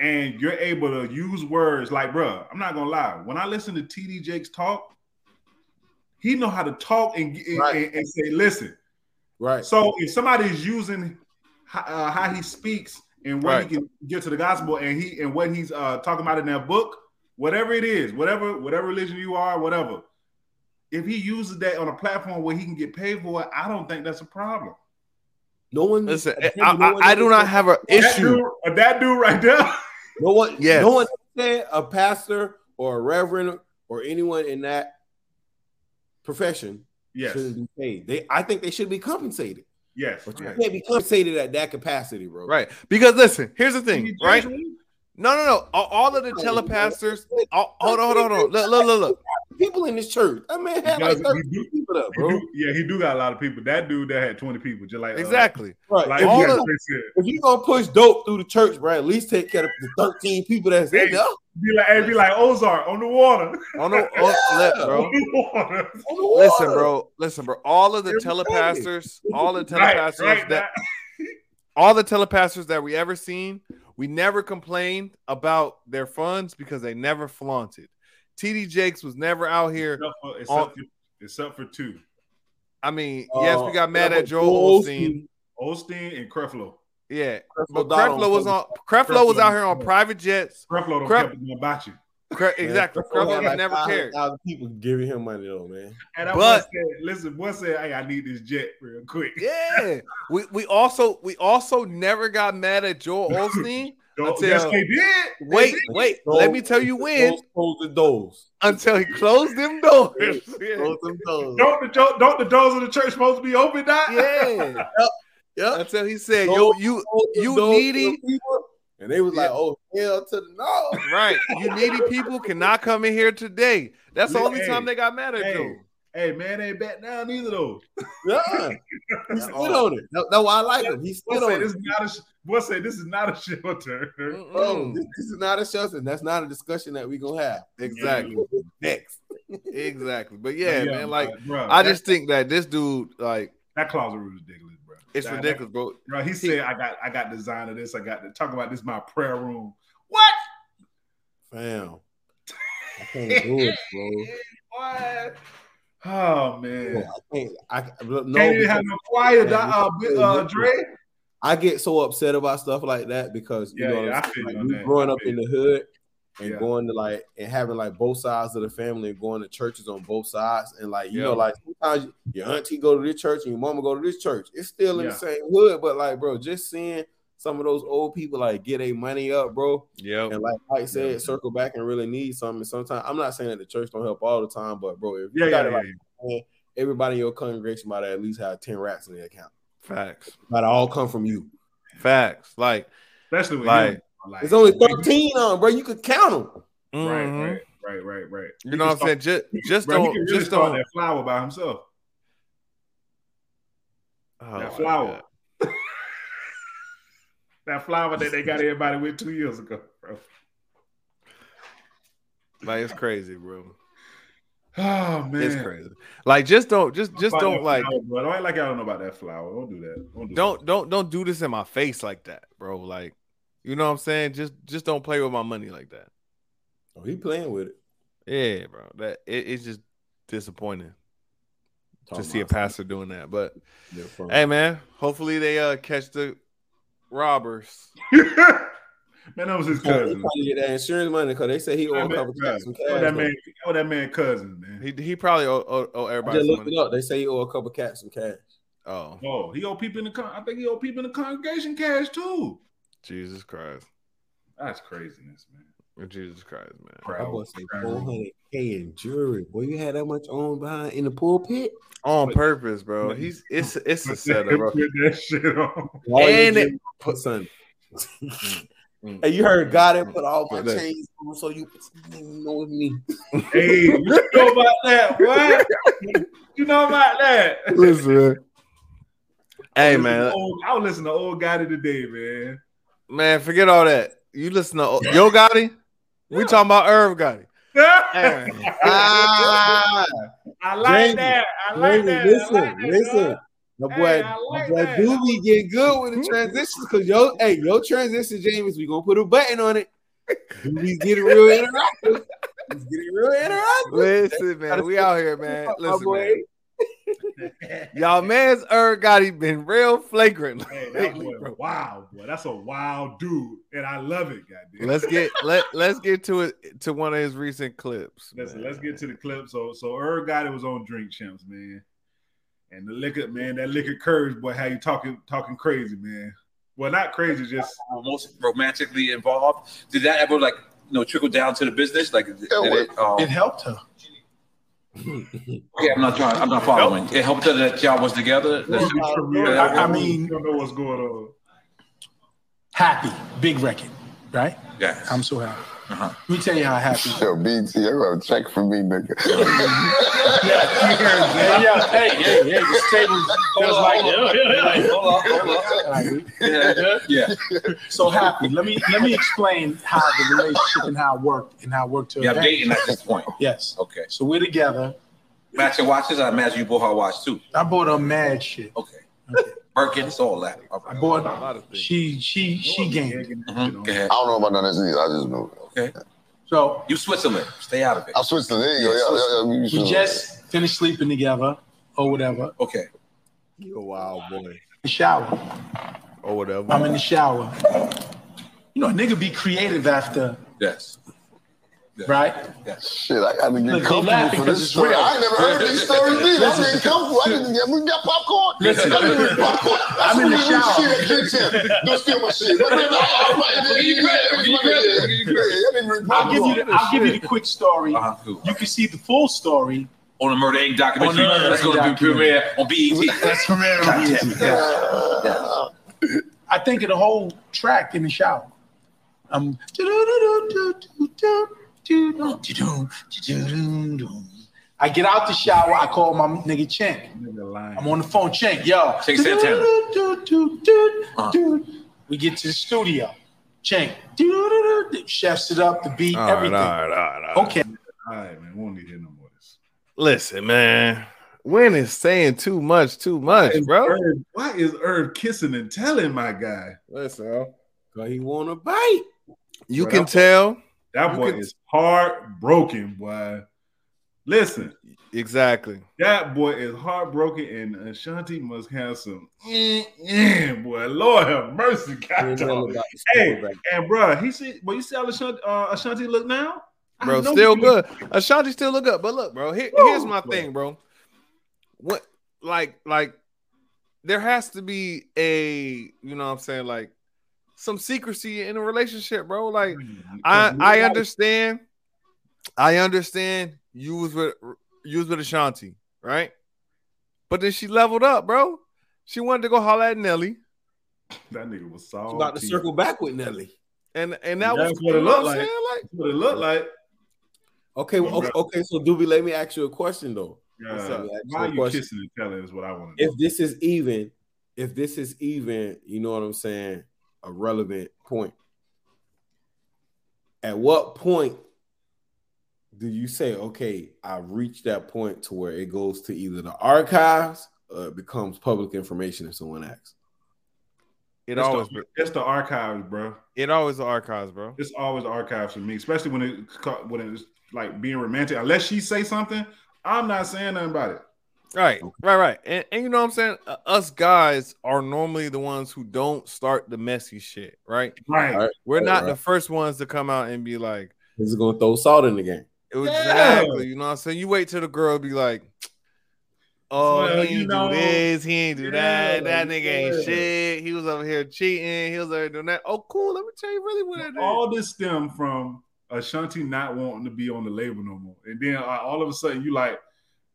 and you're able to use words like, bruh, I'm not gonna lie. When I listen to TD Jakes talk, he know how to talk and, and, Right. and- and say, listen. Right. So if somebody is using how, uh, how he speaks and what Right. he can get to the gospel and he and what he's uh, talking about in that book, whatever it is, whatever whatever religion you are, whatever, if he uses that on a platform where he can get paid for it, I don't think that's a problem. No one. Listen, I- I, I, I do not have an That issue. dude, uh, that dude right there. <laughs> No one. Yes. No one said a pastor or a reverend or anyone in that profession Yes, should be paid. They, I think they should be compensated. yes. But you Right. can't be compensated at that capacity, bro. Right. Because listen, here's the thing, He- right? No, no, no. All, all of the telepastors. All, hold on, hold on, hold on. Look, look, look, look. People in this church. That man had Because like he 30 do- people up, he bro. do- yeah, he do got a lot of people. That dude that had twenty people, just like uh, Exactly. Right. like if, all all you, of- if you gonna push dope through the church, bro, at least take care of the 13 people that's in Hey. there. be like, hey, be like Ozark on the water, <laughs> On the, on, look, bro. on the water. On the water. Listen, bro. Listen, bro. All of the Everybody. telepastors, all the Right, telepastors right, that all the telepastors that we ever seen, we never complained about their funds because they never flaunted. TD Jakes was never out here. except for, except, On- for, except for two, I mean, Uh, yes, we got mad yeah, at but Joel Osteen, Osteen. Osteen and Creflo. Yeah, Creflo but Dollar Creflo was on. Creflo was out here on private jets. Creflo don't Cref- care nothing about you. Cre- Man, exactly. had Creflo like never cared. 500,000 people giving him money though, man. And I But- but, said, listen, boy said, hey, I need this jet real quick. Yeah, we we also we also never got mad at <laughs> Joel Osteen. Don't- Until- yes, they did. Wait, wait, let me tell you when Those close the doors. until he closed them doors. Yeah, Close them doors. <laughs> Don't the jo- don't the doors of the church supposed to be open? <laughs> Doc? Yeah. Yep. until he said, "Yo, you Close the you doors to needy- the people. And they was like, oh, hell to the no. right, you needy people cannot come in here today." That's the only Hey, time they got mad at hey. Joel. <laughs> Hey man, they ain't back down either though. <laughs> Yeah. He stood on it. That- That's why I like him. He Boy stood on said it. this is not a sh- boy said this is not a <laughs> shelter. Mm-mm. Bro, this, this is not a shelter. That's not a discussion that we gonna have. Exactly, Next. exactly. But yeah, man, like bro, I that- just think that this dude, like, that closet was ridiculous, bro. it's That- that- ridiculous, bro. bro, he said, I got I got design of this. I got to talk about this. My prayer room. What? Fam. I can't do it, bro. What? Oh man. Bro, I can't. I, no, Can't even have because no choir, Yeah, uh, we- uh, Dre. I get so upset about stuff like that because you Yeah, know what yeah, I'm I saying? feel you Like, on we that. growing up I feel in the hood, and Yeah. going to like and having like both sides of the family and going to churches on both sides and like you Yeah. know like sometimes your auntie go to this church and your mama go to this church. It's still in Yeah. the same hood, but like bro, just seeing some of those old people like get their money up, bro. Yep. And like Mike said, circle back and really need something. Sometimes I'm not saying that the church don't help all the time, but bro, if you Yeah, yeah, got yeah, it, like, everybody in your congregation might at least have 10 racks in their account. Facts. Might all come from you. Facts. Like Especially with Like, him. Like, It's only 13 on, 'em, bro. You could count them. Right, mhm. right, right, right, right. You know what I'm saying? Just just <laughs> Bro, he don't can really just start don't that flower by himself. Oh, that my flower. God. that flower that they got everybody with two years ago, bro. <sighs> Like it's crazy, bro. Oh man, It's crazy. Like just don't just just About don't that like flower, bro. I don't act like I don't know about that flower. Don't do that. Don't do don't don't don't do this in my face like that, bro. Like you know what I'm saying? Just just don't play with my money like that. Oh, he playing with it. Yeah, bro. That it, it's just disappointing to Talking see a about pastor doing that. But something different. hey man, hopefully they uh catch the robbers. that. <laughs> man, that was his He probably cousin. get that insurance money because they say he That owe a man- couple bro, cats some Oh, cash. that though. man, oh, that man, cousin, man. He he probably owe, owe, owe I everybody just some looked money. it up. They say he owe a couple cats some cash. Oh, oh, he owe people in the. Con- I think he owe people in the congregation cash too. Jesus Christ. That's craziness, man. Jesus Christ, man. That Proud. boy say proud. 400K in jury. Boy, you had that much on behind in the pulpit? On But- purpose, bro. He's it's it's <laughs> a setup, bro. <laughs> Put that shit on. All you did And it- was put son. mm. <laughs> hey, you heard God had put all my Put that. chains on, so you, you know what I mean. Hey, you know about that? What? You know about that? Listen, man. Hey Listen to man, old- I was listening to old guy today, man. man, forget all that. You listen to Yo Gotti. We talking about Irv Gotti. Hey, man. Ah, <laughs> I like Jamie, that. I like Jamie, that. listen, I like that, listen. dog. My boy, Hey, I like my boy that. do be getting good with the transitions because yo, hey, your transition, James, we gonna put a button on it. We get it real interactive. He's getting real interactive. <laughs> Listen, man, we out here, man. my Listen, boy. man. y'all man's Irv Gotti been real flagrant. Hey, that lately, boy, bro. wow, boy, that's a wild dude, and I love it. Goddamn. Let's get let let's get to it to one of his recent clips. Listen, man. let's get to the clip. So, so Irv got it was on Drink Champs, man, and the liquor, man, that liquor curves, boy. How you talking, talking crazy, man? Well, not crazy, just almost romantically involved. Did that ever like you know trickle down to the business? Like did it, um, It helped her. okay, I'm not trying. I'm not following. It helped her that y'all was together. That's- I- I mean- you don't know what's going on. Happy, big record, right? yeah. I'm so happy. Uh-huh. Let me tell you how happy. Yo, BT, you gonna check for <laughs> me, nigga. yeah, yeah, hey, yeah, yeah. This table feels like, yeah, yeah, yeah, like, hold up, hold up. <laughs> yeah, <laughs> yeah, So happy. Let me let me explain how the relationship and how it worked and how it worked to yeah. I'm advantage. dating at this point. Yes. Okay. So we're together. Matching watches. I imagine you bought her a watch too. I bought her mad shit. Okay. Okay. Birkins, all that. All I right. a bought lot of things. she she she gained. Mhm. Go Yeah. I ahead. don't know about none of this either. I just knew. Okay. So You Switzerland. Stay out Uh, of it. I switched to there you go. Yeah, Yeah, yeah, yeah, you we should- just finished sleeping together or whatever. Okay. You a wild boy. The shower. or whatever. I'm in the shower. You know, a nigga be creative after, Yes. right? shit. I gotta Look, get they comfortable laughing for 'cause this it's story. real. I ain't never heard these <laughs> stories either. I'm getting comfortable. I didn't get, we got popcorn. Listen. I didn't get popcorn. That's <laughs> I'm in the what we- we shower. see at Kid Champ. Don't steal <laughs> my shit. Wait, wait, wait, all right, yeah, yeah, yeah, yeah, yeah, I didn't get I'll give you popcorn. the, I'll give you the quick story. Uh-huh. Cool. You can see the full story. On a Murder Inc. documentary. On a Murder, That's going to Inc. be premiere on E BET. That's from I think of the whole track in the shower. Um, I get out the shower. I call my nigga Chink. Nigga lying. I'm on the phone. Chink, yo. Chink Santana. Uh-huh. We get to the studio. Chink. Chefs it up, the beat, All right, everything. all right, all right, all right. Okay. All right, man. We don't need to hear no more of this. Listen, man. When is saying too much, too much, bro? Irv- why is Irv kissing and telling my guy? Listen, Cause he wanna bite. you Bro, can that- tell. That You boy could- is heartbroken, boy. Listen, Exactly. that boy is heartbroken, and Ashanti must have some. mm boy, Lord have mercy, God. dog. Hey, and bro, he see. Well, you see how Ashanti, uh, Ashanti look now, I bro. know Still he- good. Ashanti still look up, but look, bro. Here, Woo! here's my thing, bro. What, like, like, there has to be a, you know, what I'm saying, like, some secrecy in a relationship, bro. Like, I, I understand, I understand. You was with, you was with Ashanti, right? But then she leveled up, bro. She wanted to go holler at Nelly, That nigga was salty. about to circle back with Nelly. and and that That's was what it you know looked I'm like. saying? Like, That's What it looked like. Okay, well, okay, okay. So, Doobie, let me ask you a question though. Yeah. Let me ask you Why a you question. kissing and telling is what I want to know. If this is even, if this is even, you know what I'm saying, a relevant point. At what point do you say, okay, I reached that point to where it goes to either the archives or it becomes public information if someone asks? it That's the- always, That's the archives, bro. it always the archives, bro. It's always archives for me, especially when it co- when it's like being romantic. Unless she say something, I'm not saying nothing about it. Right, right, right. And, and you know what I'm saying? Uh, us guys are normally the ones who don't start the messy shit, right? Right. All right. We're not Right. the first ones to come out and be like, This is going to throw salt in the game. exactly. You know what I'm saying? You wait till the girl be like, oh, Well, he you didn't know, do this, he didn't do that, yeah, that nigga ain't yeah. shit. He was over here cheating, he was over here doing that. Oh, cool, let me tell you really what I did. All this stem from Ashanti not wanting to be on the label no more, and then uh, all of a sudden you like,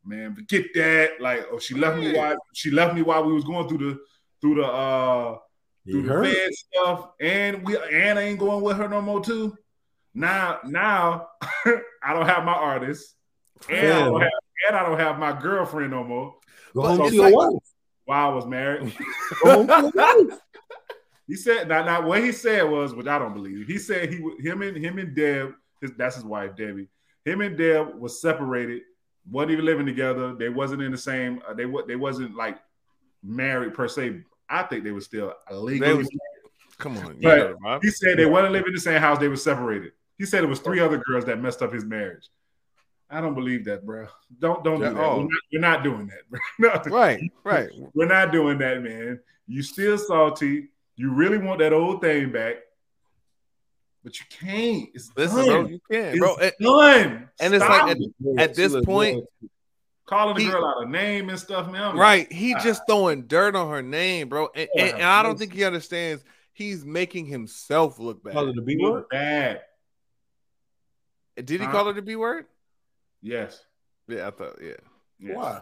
man, forget that. Like, oh, she left me while she left me while we was going through the through the uh You through Mm-hmm. the heard? Fed stuff, and we and I ain't going with her no more too. Now, now <laughs> I don't have my artist, and I don't Fam. have, and I don't have my girlfriend no more. Go But home it's to your like- wife. While I was married, Go home to your wife. he said now, now what he said was, which I don't believe. He said he w- him and him and Deb, his, that's his wife Debbie. Him and Deb was separated, wasn't even living together. They wasn't in the same. Uh, they wa- they wasn't like married per se. I think they were still illegally was- Come on, you But- know, Rob. He said they wasn't living in the same house; they were separated. He said it was three other girls that messed up his marriage. I don't believe that, bro. Don't don't do Yeah, that. oh. We're, not, we're not doing that, bro. <laughs> No, Right, right. we're not doing that, man. You still salty. You really want that old thing back, but you can't. It's Listen, done. bro, you can, it's bro. And- done. and it's Stop <laughs> like it. at She this look point, good. calling the he- girl out a name and stuff, man. I'm like, Right. He just Uh, throwing dirt on her name, bro. And, and, and I don't think he understands he's making himself look Call it bad. the B you word. look bad. Did he call her the B word? Yes. Yeah, I thought, yeah. yes. Why?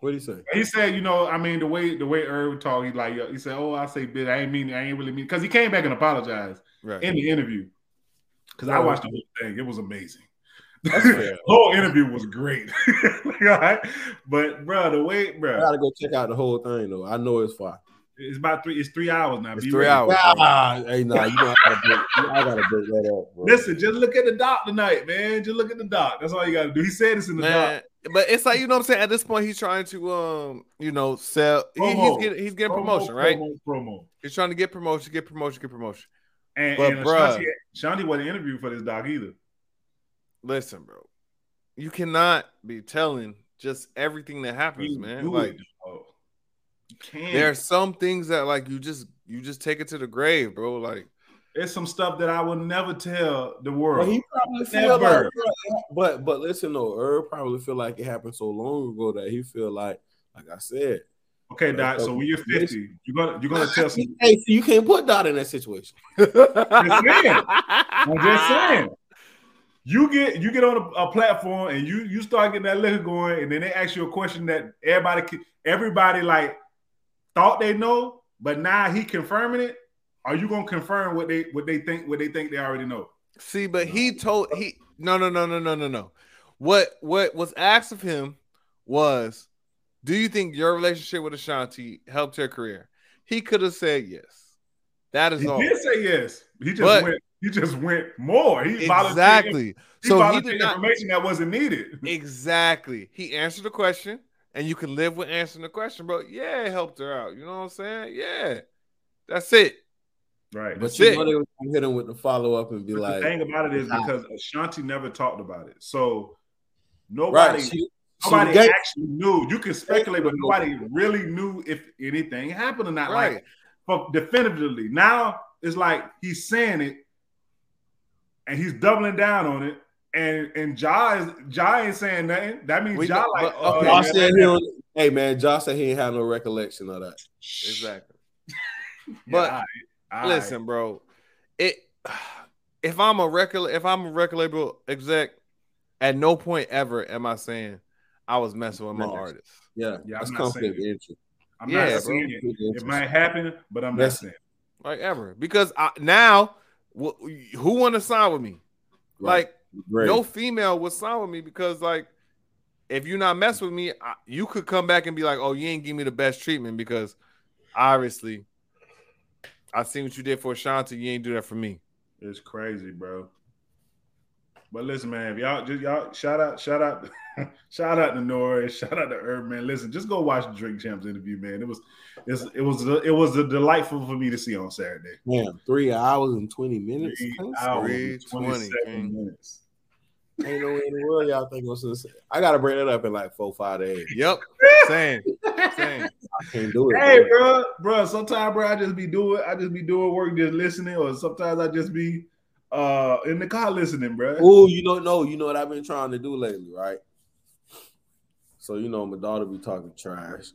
What do you say? He said, you know, I mean, the way the way Irv talked, he like he said, oh, I say bitch, I ain't mean, I ain't really mean, because he came back and apologized Right. in the interview. Because I watched the whole thing, it was amazing. fair. the whole interview was great. <laughs> Like, all right? But bro, the way, I bro, gotta go check out the whole thing though. I know it's fire. it's about three, it's three hours now. It's Be three ready. hours. Ah, hey, nah, you know I gotta break, you know I gotta break that up, bro. Listen, just look at the doc tonight, man. Just look at the doc. That's all you gotta do. He said this in the doc. Man, but it's like, you know what I'm saying? At this point, he's trying to um, you know, sell he- he's Promo. getting he's getting Promo, promotion, right? Promo, promo. He's trying to get promotion, get promotion, get promotion. And, But, and bruh. Ashanti, Ashanti wasn't interviewed for this doc either. Listen, bro. You cannot be telling just everything that happens, You man. do Like it, dog. You can't. there are some things that like you just you just take it to the grave, bro. Like It's some stuff that I will never tell the world. But he probably feel like, Never. but but listen though, Herb probably feel like it happened so long ago that he feel like, like I said, okay, Doc. So when you're 50, you're gonna you're gonna tell some. hey, so you can't put Dot in that situation. <laughs> Just saying. I'm just saying. You get you get on a, a platform and you you start getting that liquor going, and then they ask you a question that everybody can- everybody like thought they know, but now he confirming it. Are you gonna confirm what they what they think what they think they already know? See, but he told he no no no no no no no. What what was asked of him was, do you think your relationship with Ashanti helped your career? He could have said yes. That is He all. did say yes. He just But- went. He just went more. He volunteered. Exactly. He So he volunteered did not information that <laughs> wasn't needed. exactly. He answered the question, and you can live with answering the question, bro. Yeah, it helped her out. You know what I'm saying? Yeah, that's it. Right. But That's you know it. they was gonna hit him with the follow up and be But the like, thing about it is nah. because Ashanti never talked about it. So Nobody, Right. She, she nobody gay. actually knew. You can speculate, but nobody really knew if anything happened or not. Right. Like, but definitively, now it's like he's saying it, and he's doubling down on it. And and Ja is Ja ain't saying nothing. That means We Ja know- like, but- oh, okay. yeah, Y'all Josh said he don't- hey man, Josh said he ain't had no recollection of that. <laughs> Exactly. yeah, But all right, all right. Listen, bro. It <sighs> if I'm a record if I'm a record label exec, at no point ever am I saying I was messing with my Goodness. artist. Yeah, Yeah, I'm that's not conflict saying entry. I'm yeah, bro. not saying it. Conflict It interest. might happen, but I'm not That's- saying. it. Like ever. Because I now wh- who wanna sign with me? Right. Like Great. no female would sign with me because like if you not mess with me, I, you could come back and be like, "Oh, you ain't give me the best treatment because obviously I seen what you did for Ashanti. You ain't do that for me." It's crazy, bro. But listen, man, if y'all just y'all shout out, shout out, <laughs> shout out to Norris, shout out to Herb, man. Listen, just go watch the Drink Champs interview, man. It was, it's, it was, it was a delightful for me to see on Saturday. Damn, three hours and twenty minutes. Three Ain't hours, and 3:20, 27 King. minutes. no way in the world y'all think I'm sincere. I gotta bring that up in like four, five days. Yep, same, same. I can't do it. Hey, bro. bro, bro. Sometimes, bro, I just be doing, I just be doing work, just listening, or sometimes I just be uh in the car listening, bro. Oh, you don't know. You know what I've been trying to do lately, right? So you know my daughter be talking trash.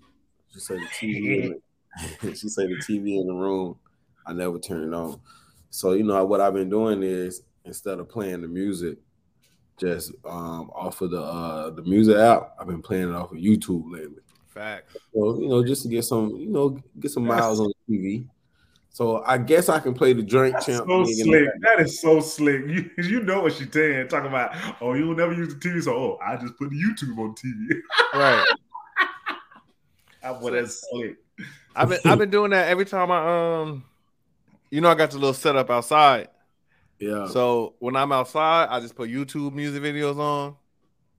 She say the TV. in <laughs> the- she say the TV in the room. I never turn it on. So you know what I've been doing is instead of playing the music, just um, off of the uh, the music app, I've been playing it off of YouTube lately. Facts. So you know just to get some you know get some miles on the TV. So I guess I can play the drink That's champ. so thing in the slick. That is so slick. You, <laughs> you know what she did. Talking about, oh, you will never use the TV, so oh, I just put YouTube on <laughs> TV. Right. I would have slick. I've been I've been doing that every time I um, you know, I got the little setup outside. Yeah. So when I'm outside, I just put YouTube music videos on,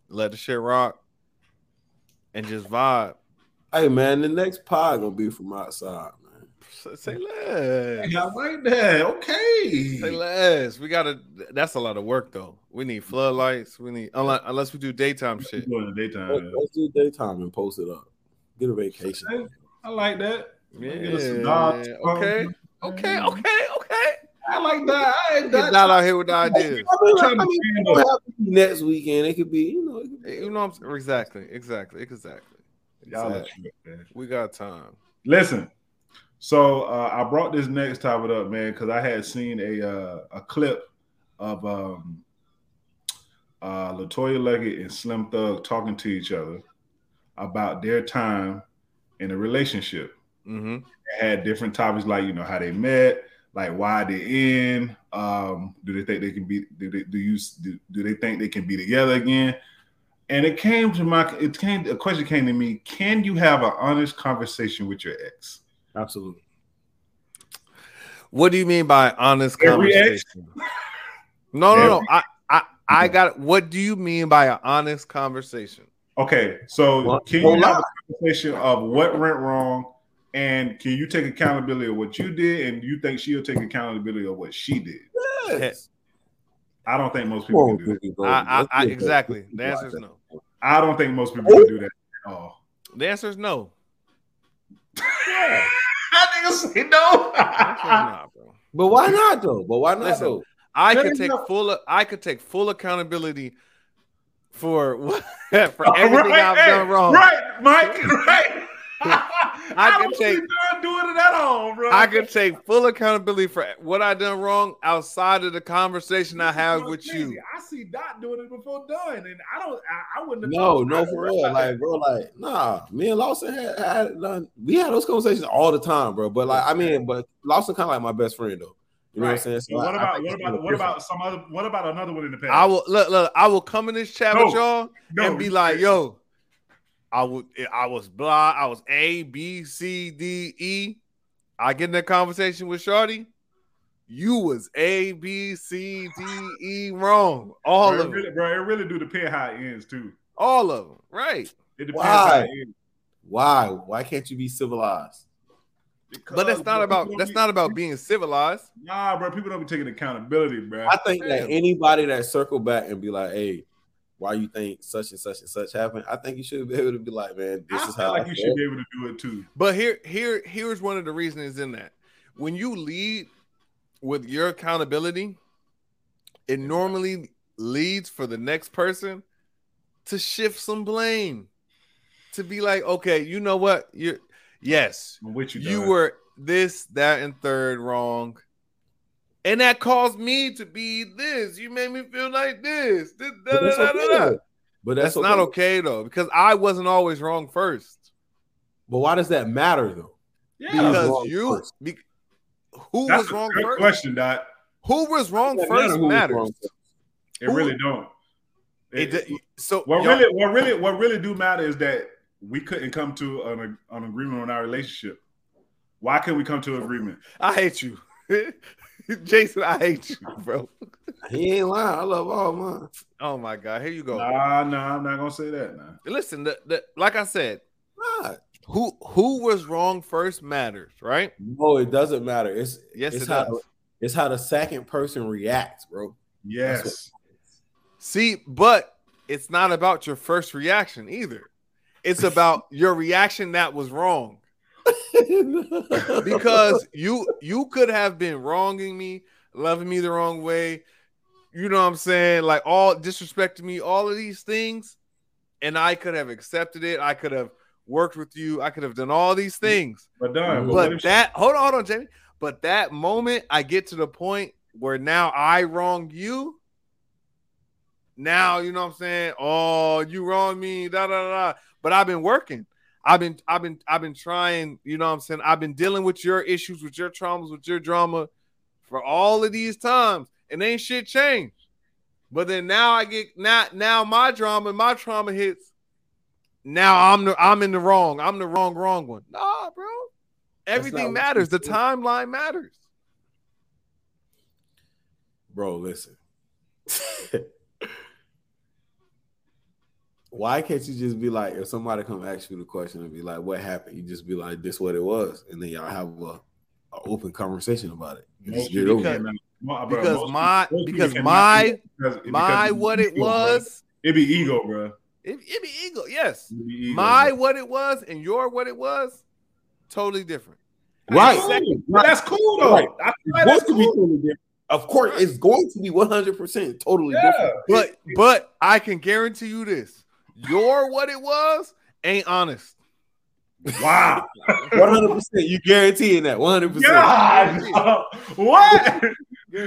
let the shit rock, and just vibe. Hey man, the next pod gonna be from outside, man. Say- Say less. I like that. Say Okay. less. We gotta. That's a lot of work though. We need floodlights. We need unless, unless we do daytime shit. During the Let's, daytime. let's do daytime and post it up. Get a vacation. Hey, I like that. Yeah. Get us some dogs. Okay. Okay. Okay. Okay. I like that. I ain't Get that. not out here with the ideas. I mean, trying I to mean, stand it don't up. have to be next weekend. It could be, you know, it could be You know what I'm saying? Exactly. Exactly. Exactly. Y'all a Exactly. trip, man. We got time. Listen. So uh, I brought this next topic up, man, because I had seen a uh, a clip of um, uh, Latoya Luggett and Slim Thug talking to each other about their time in a relationship. Mm-hmm. They had different topics like you know how they met, like why they in, um, do they think they can be do they do you do, do they think they can be together again? And it came to my it came a question came to me: Can you have an honest conversation with your ex? absolutely. What do you mean by honest Every ex? conversation? No, no, no. Every- I, I, I got. What do you mean by an honest conversation? Okay, so Well, can don't you have a conversation of what went wrong, and can you take accountability of what you did, and you think she'll take accountability of what she did? Yes. I don't think most people Whoa, can do that. Boogie Gold. I, Let's I, I get that. exactly. Let's The get answer is that. no. I don't think most people can do that at all. The answer is no. I think The say answer is no. nah, bro. But why not though? But why not Listen, though? I There could is take no- full. I could take full accountability for what <laughs> for everything Right, I've hey, done wrong. Right, Mike, <laughs> right. I, can don't take- see Don doing it at all, bro. I could take full accountability for what I done wrong outside of the conversation I have with you. I see Dot doing it before Don, and I don't. I, I wouldn't. have- No, no, I don't for know real. about that. Like, bro, like, nah. Me and Lawson had, had done, we had those conversations all the time, bro. But like, I mean, but Lawson kind of like my best friend though. You know what I'm Right. saying? So I- what I about think what it's about kinda what about some other? What about another one in the past? I will look, look. I will come in this chat with No. y'all no, and be like, yo, I would I was blah, I was A, B, C, D, E. I get in a conversation with Shorty. You was A, B, C, D, E wrong. All bro, of it them. really, bro. It really do depend how it ends too. All of them. Right. It depends how Why? it ends. Why? Why can't you be civilized? But that's not Because, bro, about people that's don't not about being civilized. be- Nah, bro. People don't be taking accountability, bro. I think that Damn. anybody that circle back and be like, "Hey, why you think such and such and such happened. I think you should be able to be like, man, this I is feel how like I you felt. should be able to do it too. But here, here, here's one of the reasons in that when you lead with your accountability, it normally leads for the next person to shift some blame, to be like, okay, you know what, you're yes, I'm with you. you dog. were this, that, and third wrong. And that caused me to be this. You made me feel like this. Da- da- But that's da- da- da. okay. But That's not okay though, because I wasn't always wrong first. But why does that matter though? Yeah. Because wrong you, first. be, who That's was a wrong great first? question, Doc. Who was wrong That first who was matters. wrong. It Who- really don't. It It- d- so what y'all- really, what really, what really do matter is that we couldn't come to an, an agreement on our relationship. Why couldn't we come to an agreement? I hate you, <laughs> Jason. I hate you, bro. He ain't lying. I love all mine. Oh my god, here you go. Nah, nah, I'm not gonna say that. Nah. Listen, the, the, like I said, Nah. who who was wrong first matters, right? No, it doesn't matter. It's Yes, it's it how does. it's how the second person reacts, bro. <laughs> Yes, See, but it's not about your first reaction either. It's about your reaction that was wrong. because you you could have been wronging me, loving me the wrong way, you know what I'm saying? Like all disrespecting me, all of these things, and I could have accepted it. I could have worked with you. I could have done all these things. but done. But, what But if- that hold on, hold on, Jamie. But that moment I get to the point where now I wrong you. Now you know what I'm saying. Oh, you wrong me, da da da. da. But I've been working. I've been I've been I've been trying, you know what I'm saying? I've been dealing with your issues, with your traumas, with your drama for all of these times. And ain't shit changed. But then now I get now now my drama and my trauma hits. Now I'm the I'm in the wrong. I'm the wrong, wrong one. Nah, bro. That's not Everything what matters. you The said. timeline matters. bro, listen. <laughs> Why can't you just be like, if somebody come ask you the question and be like, "What happened?" You just be like, "This what it was," and then y'all have a, a open conversation about it. You just Most get people over it. cannot- mo- bro, Because most my people- most people because cannot my do it because- because my it be what it ego, bro. was, It be ego, bro. it, it be eagle. Yes. It be ego, My bro. what it was and your what it was, totally different. Right. That's cool. That's cool though. Right. I feel like It's that's going to be cool. totally different. Of course, it's going to be one hundred percent totally Yeah. different. But but I can guarantee you this: your what it was ain't honest. <laughs> Wow. One hundred percent, you guaranteeing that one hundred percent. God. <laughs> what?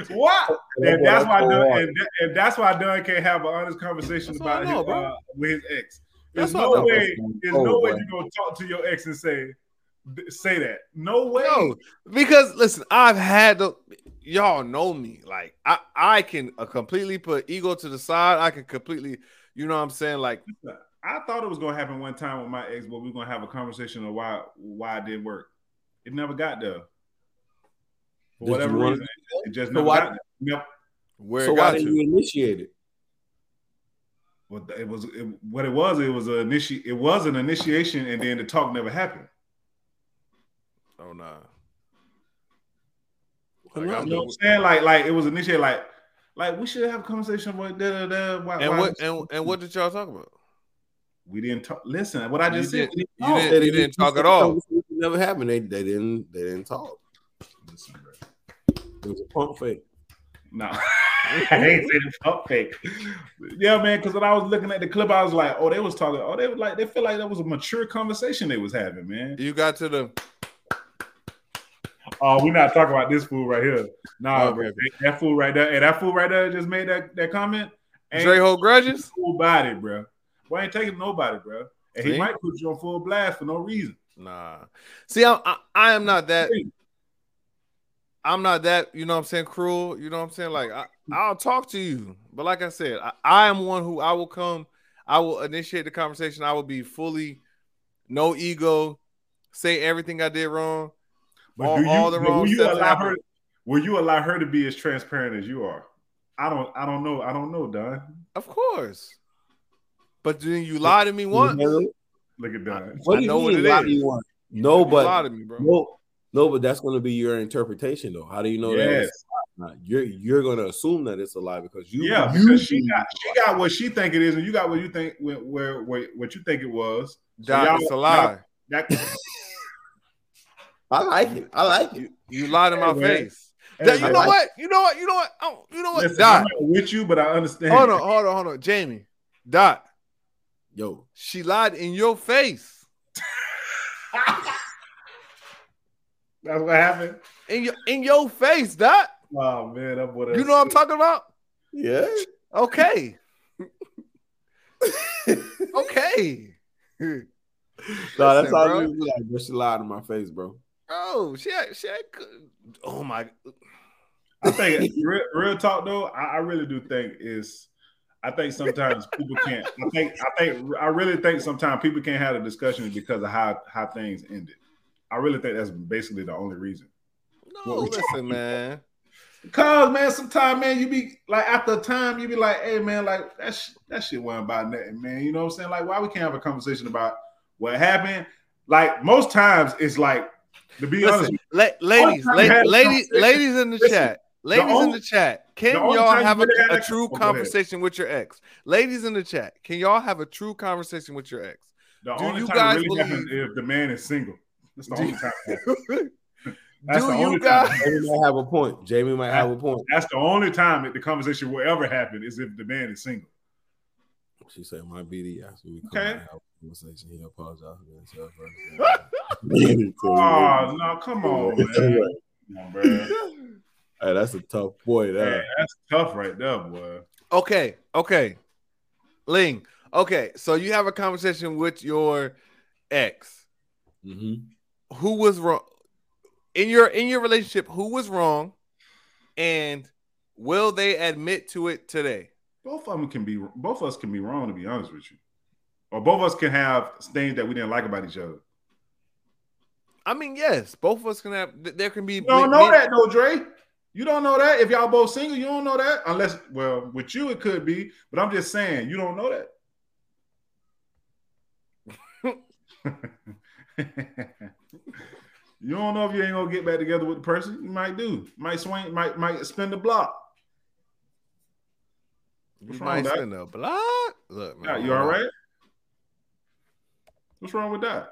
what? That's And that's why why I'm Dunn, going and, that- and that's why Dunn can't have an honest conversation That's what I about know, his, bro. uh, with his ex. That's There's what I know. no way. There's no Oh, way boy. you're gonna talk to your ex and say say that. No way. No, because listen, I've had the y'all know me. Like I I can uh, completely put ego to the side. I can completely, you know what I'm saying? Like I thought it was gonna happen one time with my ex, but we are gonna have a conversation on why why it didn't work. It never got there. For Did whatever you wanna- reason, it just So never why- got there. Yep. where So why it got didn't you. you initiate it? Well, it was it, what it was. It was a initi- It was an initiation, and then the talk never happened. Oh no. Well, Like, I'm You know the- what I'm saying? Like, like it was initiated. Like, like we should have a conversation about da da da. Why, and why- what and, and what did y'all talk about? we didn't talk? Listen, what I You just said. didn't- we Oh. you talk. didn't- you didn't talk at all. It never happened. They, they didn't. They didn't talk. Listen, bro. It was a pump fake. No, <laughs> I ain't say the talk fake. Yeah, man. Because when I was looking at the clip, I was like, oh, they was talking. Oh, they was like, they feel like that was a mature conversation they was having, man. You got to the Oh, we're not talking about this fool right here. Nah, Oh, Okay. bro, that- that fool right there, and that fool right there just made that that comment. Ain't- Dre hold grudges. nobody, bro. Boy, ain't taking nobody, bro. And he See? might put you on full blast for no reason. Nah. See, I, I I am not that. I'm not that. You know what I'm saying? Cruel. You know what I'm saying? Like I, Mm-hmm. I'll talk to you, but like I said, I, I am one who I will come. I will initiate the conversation. I will be fully, no ego, say everything I did wrong. But all- do you, all the but wrong will you steps allow happen. her? Will you allow her to be as transparent as you are? I don't. I don't know. I don't know, Don. Of course. But then you lie to me once. Look at Don. What I do you know what mean? it Why is. do you want? No, you lie but to me, bro. no, no, but that's going to be your interpretation, though. How do you know that? yes, was- not. You're you're gonna assume that it's a lie because you yeah, you- because she got she got what she think it is, and you got what you think where, where, where what you think it was. Doc, y'all- it's a lie. y'all- That, <laughs> I like it. I like it. You lied in my Hey, man. face. Doc, Hey, you know like, what? You know what? You know what? Oh, you know what? listen, I'm Doc, not with you, but I understand. hold on, hold on, hold on, Jamie. Doc, Yo, she lied in your face. That's what happened. In your in your face, Doc. Oh man, that boy. You know what I'm talking about? yeah. Okay. okay. No, that's Listen, all bro. you be like, bro. She lied in my face, bro. Oh, she had- she had good- Oh my I think real, real talk though, I, I really do think is I think sometimes people can't. I think I think I really think sometimes people can't have a discussion because of how how things ended. I really think that's basically the only reason. No, listen, man. Cause man, sometimes man, you be like after a time, you be like, hey man, like that sh- that shit wasn't about nothing, man. You know what I'm saying? Like, why we can't have a conversation about what happened? Like most times, it's like to be honest, Listen, la- ladies, All la- time had a ladies, conversation. ladies in the Listen, chat. Ladies in the only- chat, can the only y'all time you have a, really had a that- true oh, go ahead. conversation with your ex? Ladies in the chat, can y'all have a true conversation with your ex? the do only you time guys it really believe- happens if the man is single. <laughs> That's the Do only you- time. it <laughs> happens. Do That's the only you time. guys? Jamie might have a point. Jamie might have a point. That's the only time that the conversation will ever happen is if the man is single. She said, "My BD asked me to come Okay. out and have a conversation. He apologized against her <laughs> <laughs> first. Oh no, come on, man. hey, Come on, bruh. that's a tough boy. Man, That that's tough right there, boy. Okay, okay, Ling. Okay, so you have a conversation with your ex. Mhm. Who was wrong in your in your relationship? Who was wrong, and will they admit to it today? Both of them can be both of us can be wrong to be honest with you. Or both of us can have things that we didn't like about each other. I mean, yes, both of us can have. th- There can be. <laughs> You don't know that though, Dre. You don't know that. If y'all both single, you don't know that. Unless, well, with you it could be, but I'm just saying you don't know that. <laughs> you don't know if you ain't gonna get back together with the person. You might do. Might swing, might might spin the block. You What's wrong might with that? spend a block. Look, Yeah, man. you all right? What's wrong with that?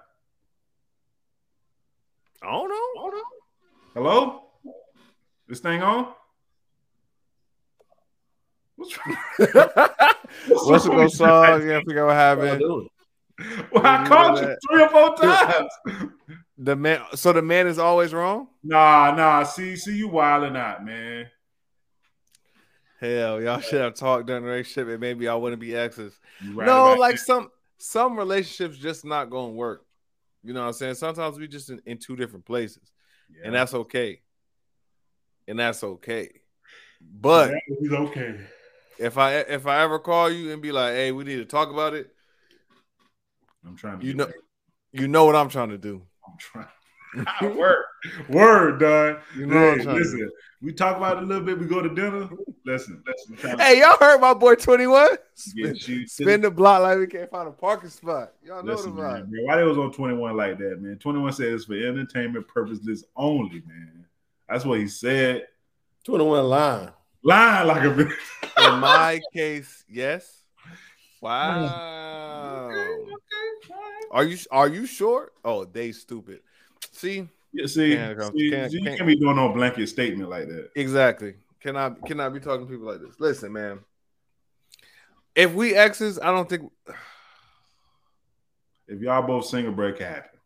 I don't know. Hello? This thing on? What's wrong? <laughs> What's the song? Yeah, I forgot what Y'all happened. doing? Well, I You called know you three or four times. The man. So the man is always wrong. Nah, nah. See, see, you wilding out, man. Hell, y'all should have talked during the relationship, and maybe I wouldn't be exes. You right no, about like some some relationships just not gonna work. You know what I'm saying? Sometimes we just in, in two different places, that. and that's okay. And that's okay. But That is okay. if I if I ever call you and be like, "Hey, we need to talk about it," I'm trying to. you get know, back. you know what I'm trying to do. I'm <laughs> <laughs> trying. word, word, done. You know what I'm Hey, trying to listen, we talk about it a little bit. We go to dinner. Listen, listen. I'm trying do. to Hey, y'all heard my boy 21? Spin, get you. spin the block like we can't find a parking spot. Y'all know Listen, the man, vibe. man, why they was on 21 like that, man? 21 said it's for entertainment purposes only, man. That's what he said. Twenty-one line. Lying like a <laughs> bitch. In my case, yes. Wow. Are you are you sure? Oh, they stupid. See, Yeah, see, Can't come- see, can't- you can't- can't be doing no blanket statement like that. exactly. Can I can I be talking to people like this? Listen, man. If we exes, I don't think If y'all both single, break can happen.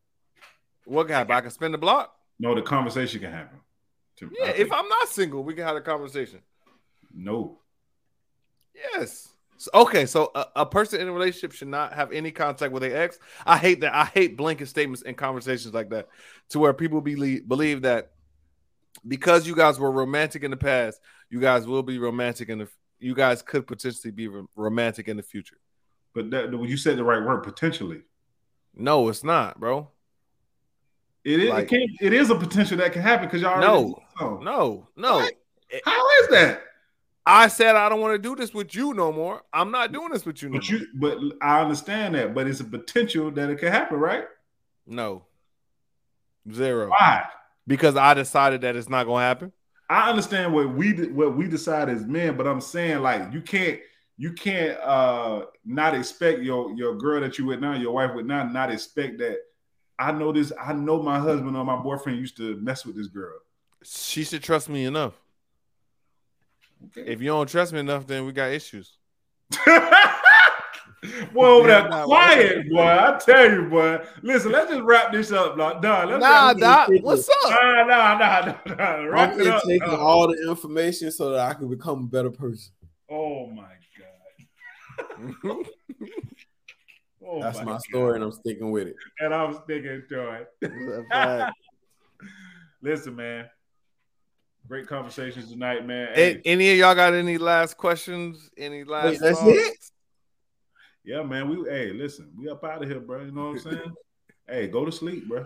what can happen. I can spin the block. No, the conversation can happen. To- Yeah, think- if I'm not single, we can have a conversation. no, Yes. So- okay, so a, a person in a relationship should not have any contact with their ex. I hate that. I hate blanket statements and conversations like that, to where people believe believe that because you guys were romantic in the past, you guys will be romantic in the. You guys could potentially be rom- romantic in the future. but that you said the right word potentially. No, it's not, bro. It is, Like- it, can, it is a potential that can happen because y'all already No. did so. No, no. What? How is that? I said I don't want to do this with you no more. I'm not doing this with you no But more. you, but I understand that. But it's a potential that it can happen, right? No. Zero. Why? Because I decided that it's not gonna happen. I understand what we de- what we decide as men, but I'm saying like you can't you can't uh not expect your your girl that you with now, your wife with now, not expect that. I know this. I know my husband or my boyfriend used to mess with this girl. She should trust me enough. If you don't trust me enough, then we got issues. <laughs> boy, over Yeah, there nah, quiet, boy. I tell you, boy. Listen, let's just wrap this up, like, done. Let's Nah, wrap Doc, what's this- up? Nah, nah, nah, nah, nah. Wrap I'm it up. taking dog. all the information so that I can become a better <laughs> person. Oh my god. Oh, That's my God. story, and I'm sticking <laughs> with it. And I was thinking, joy. Fact. Listen, man. Great conversations tonight, man. Hey, A- any of y'all got any last questions? Any last? Wait, that's thoughts? it? yeah, man. We hey, listen, we up out of here, bro. You know what I'm saying? hey, go to sleep, bro.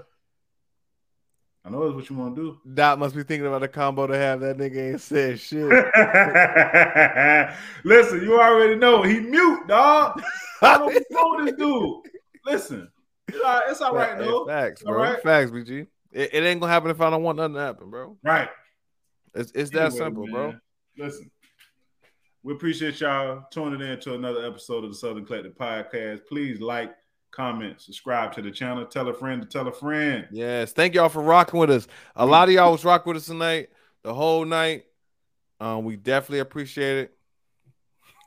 I know that's what you want to do. <laughs> Doc must be thinking about the combo to have. That nigga ain't said shit. Listen, you already know he mute, dog. <laughs> <laughs> I don't know this dude. Listen, it's all- it's all right Hey, though. Facts, All bro. right. Facts, BG. It, it ain't gonna happen if I don't want nothing to happen, bro. Right. It's it's that Anyway, simple, bro. man, Listen, we appreciate y'all tuning in to another episode of the Southern Collective Podcast. Please like, comment, subscribe to the channel. Tell a friend to tell a friend. Yes, thank y'all for rocking with us. A lot of y'all was rocking with us tonight, the whole night. Um, we definitely appreciate it.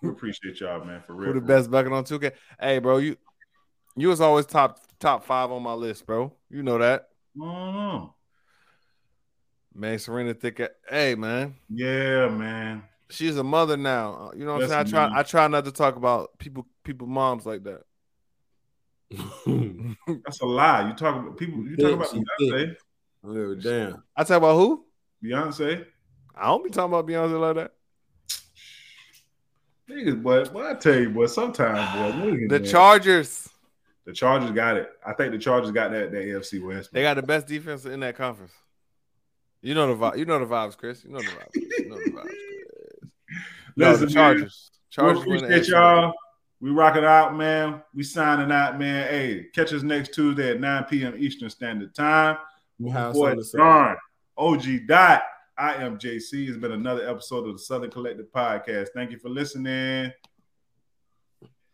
We appreciate y'all, man, for real. Who the for best bucket on 2K? Hey, bro, you you was always top top five on my list, bro. You know that. real. I don't know. Man, Serena thick. a- Hey, man, Yeah, man. she's a mother now. Uh, You know what I'm saying? I Listen, try man. I try not to talk about people people moms like that. That's a lie. You talk about people. You talk about <laughs> She Beyonce. Oh, damn. I talk about who? Beyonce. I don't be talking about Beyonce like that. Niggas, boy, boy, I tell you, boy, sometimes, boy, <sighs> niggas, The man. Chargers. the Chargers got it. I think the Chargers got that that AFC West. They got the best defense in that conference. You know the vi- you know the vibes, Chris. You know the vibes. You know the vibes. <laughs> Chris. No, Listen, the man. Chargers. Chargers we win the appreciate AFC. y'all. We rocking out, man. We signing out, man. Hey, catch us next Tuesday at 9 p.m. Eastern Standard Time. You have Boy, something to say. John, OG Dot. I am JC. It's been another episode of the Southern Collective Podcast. Thank you for listening.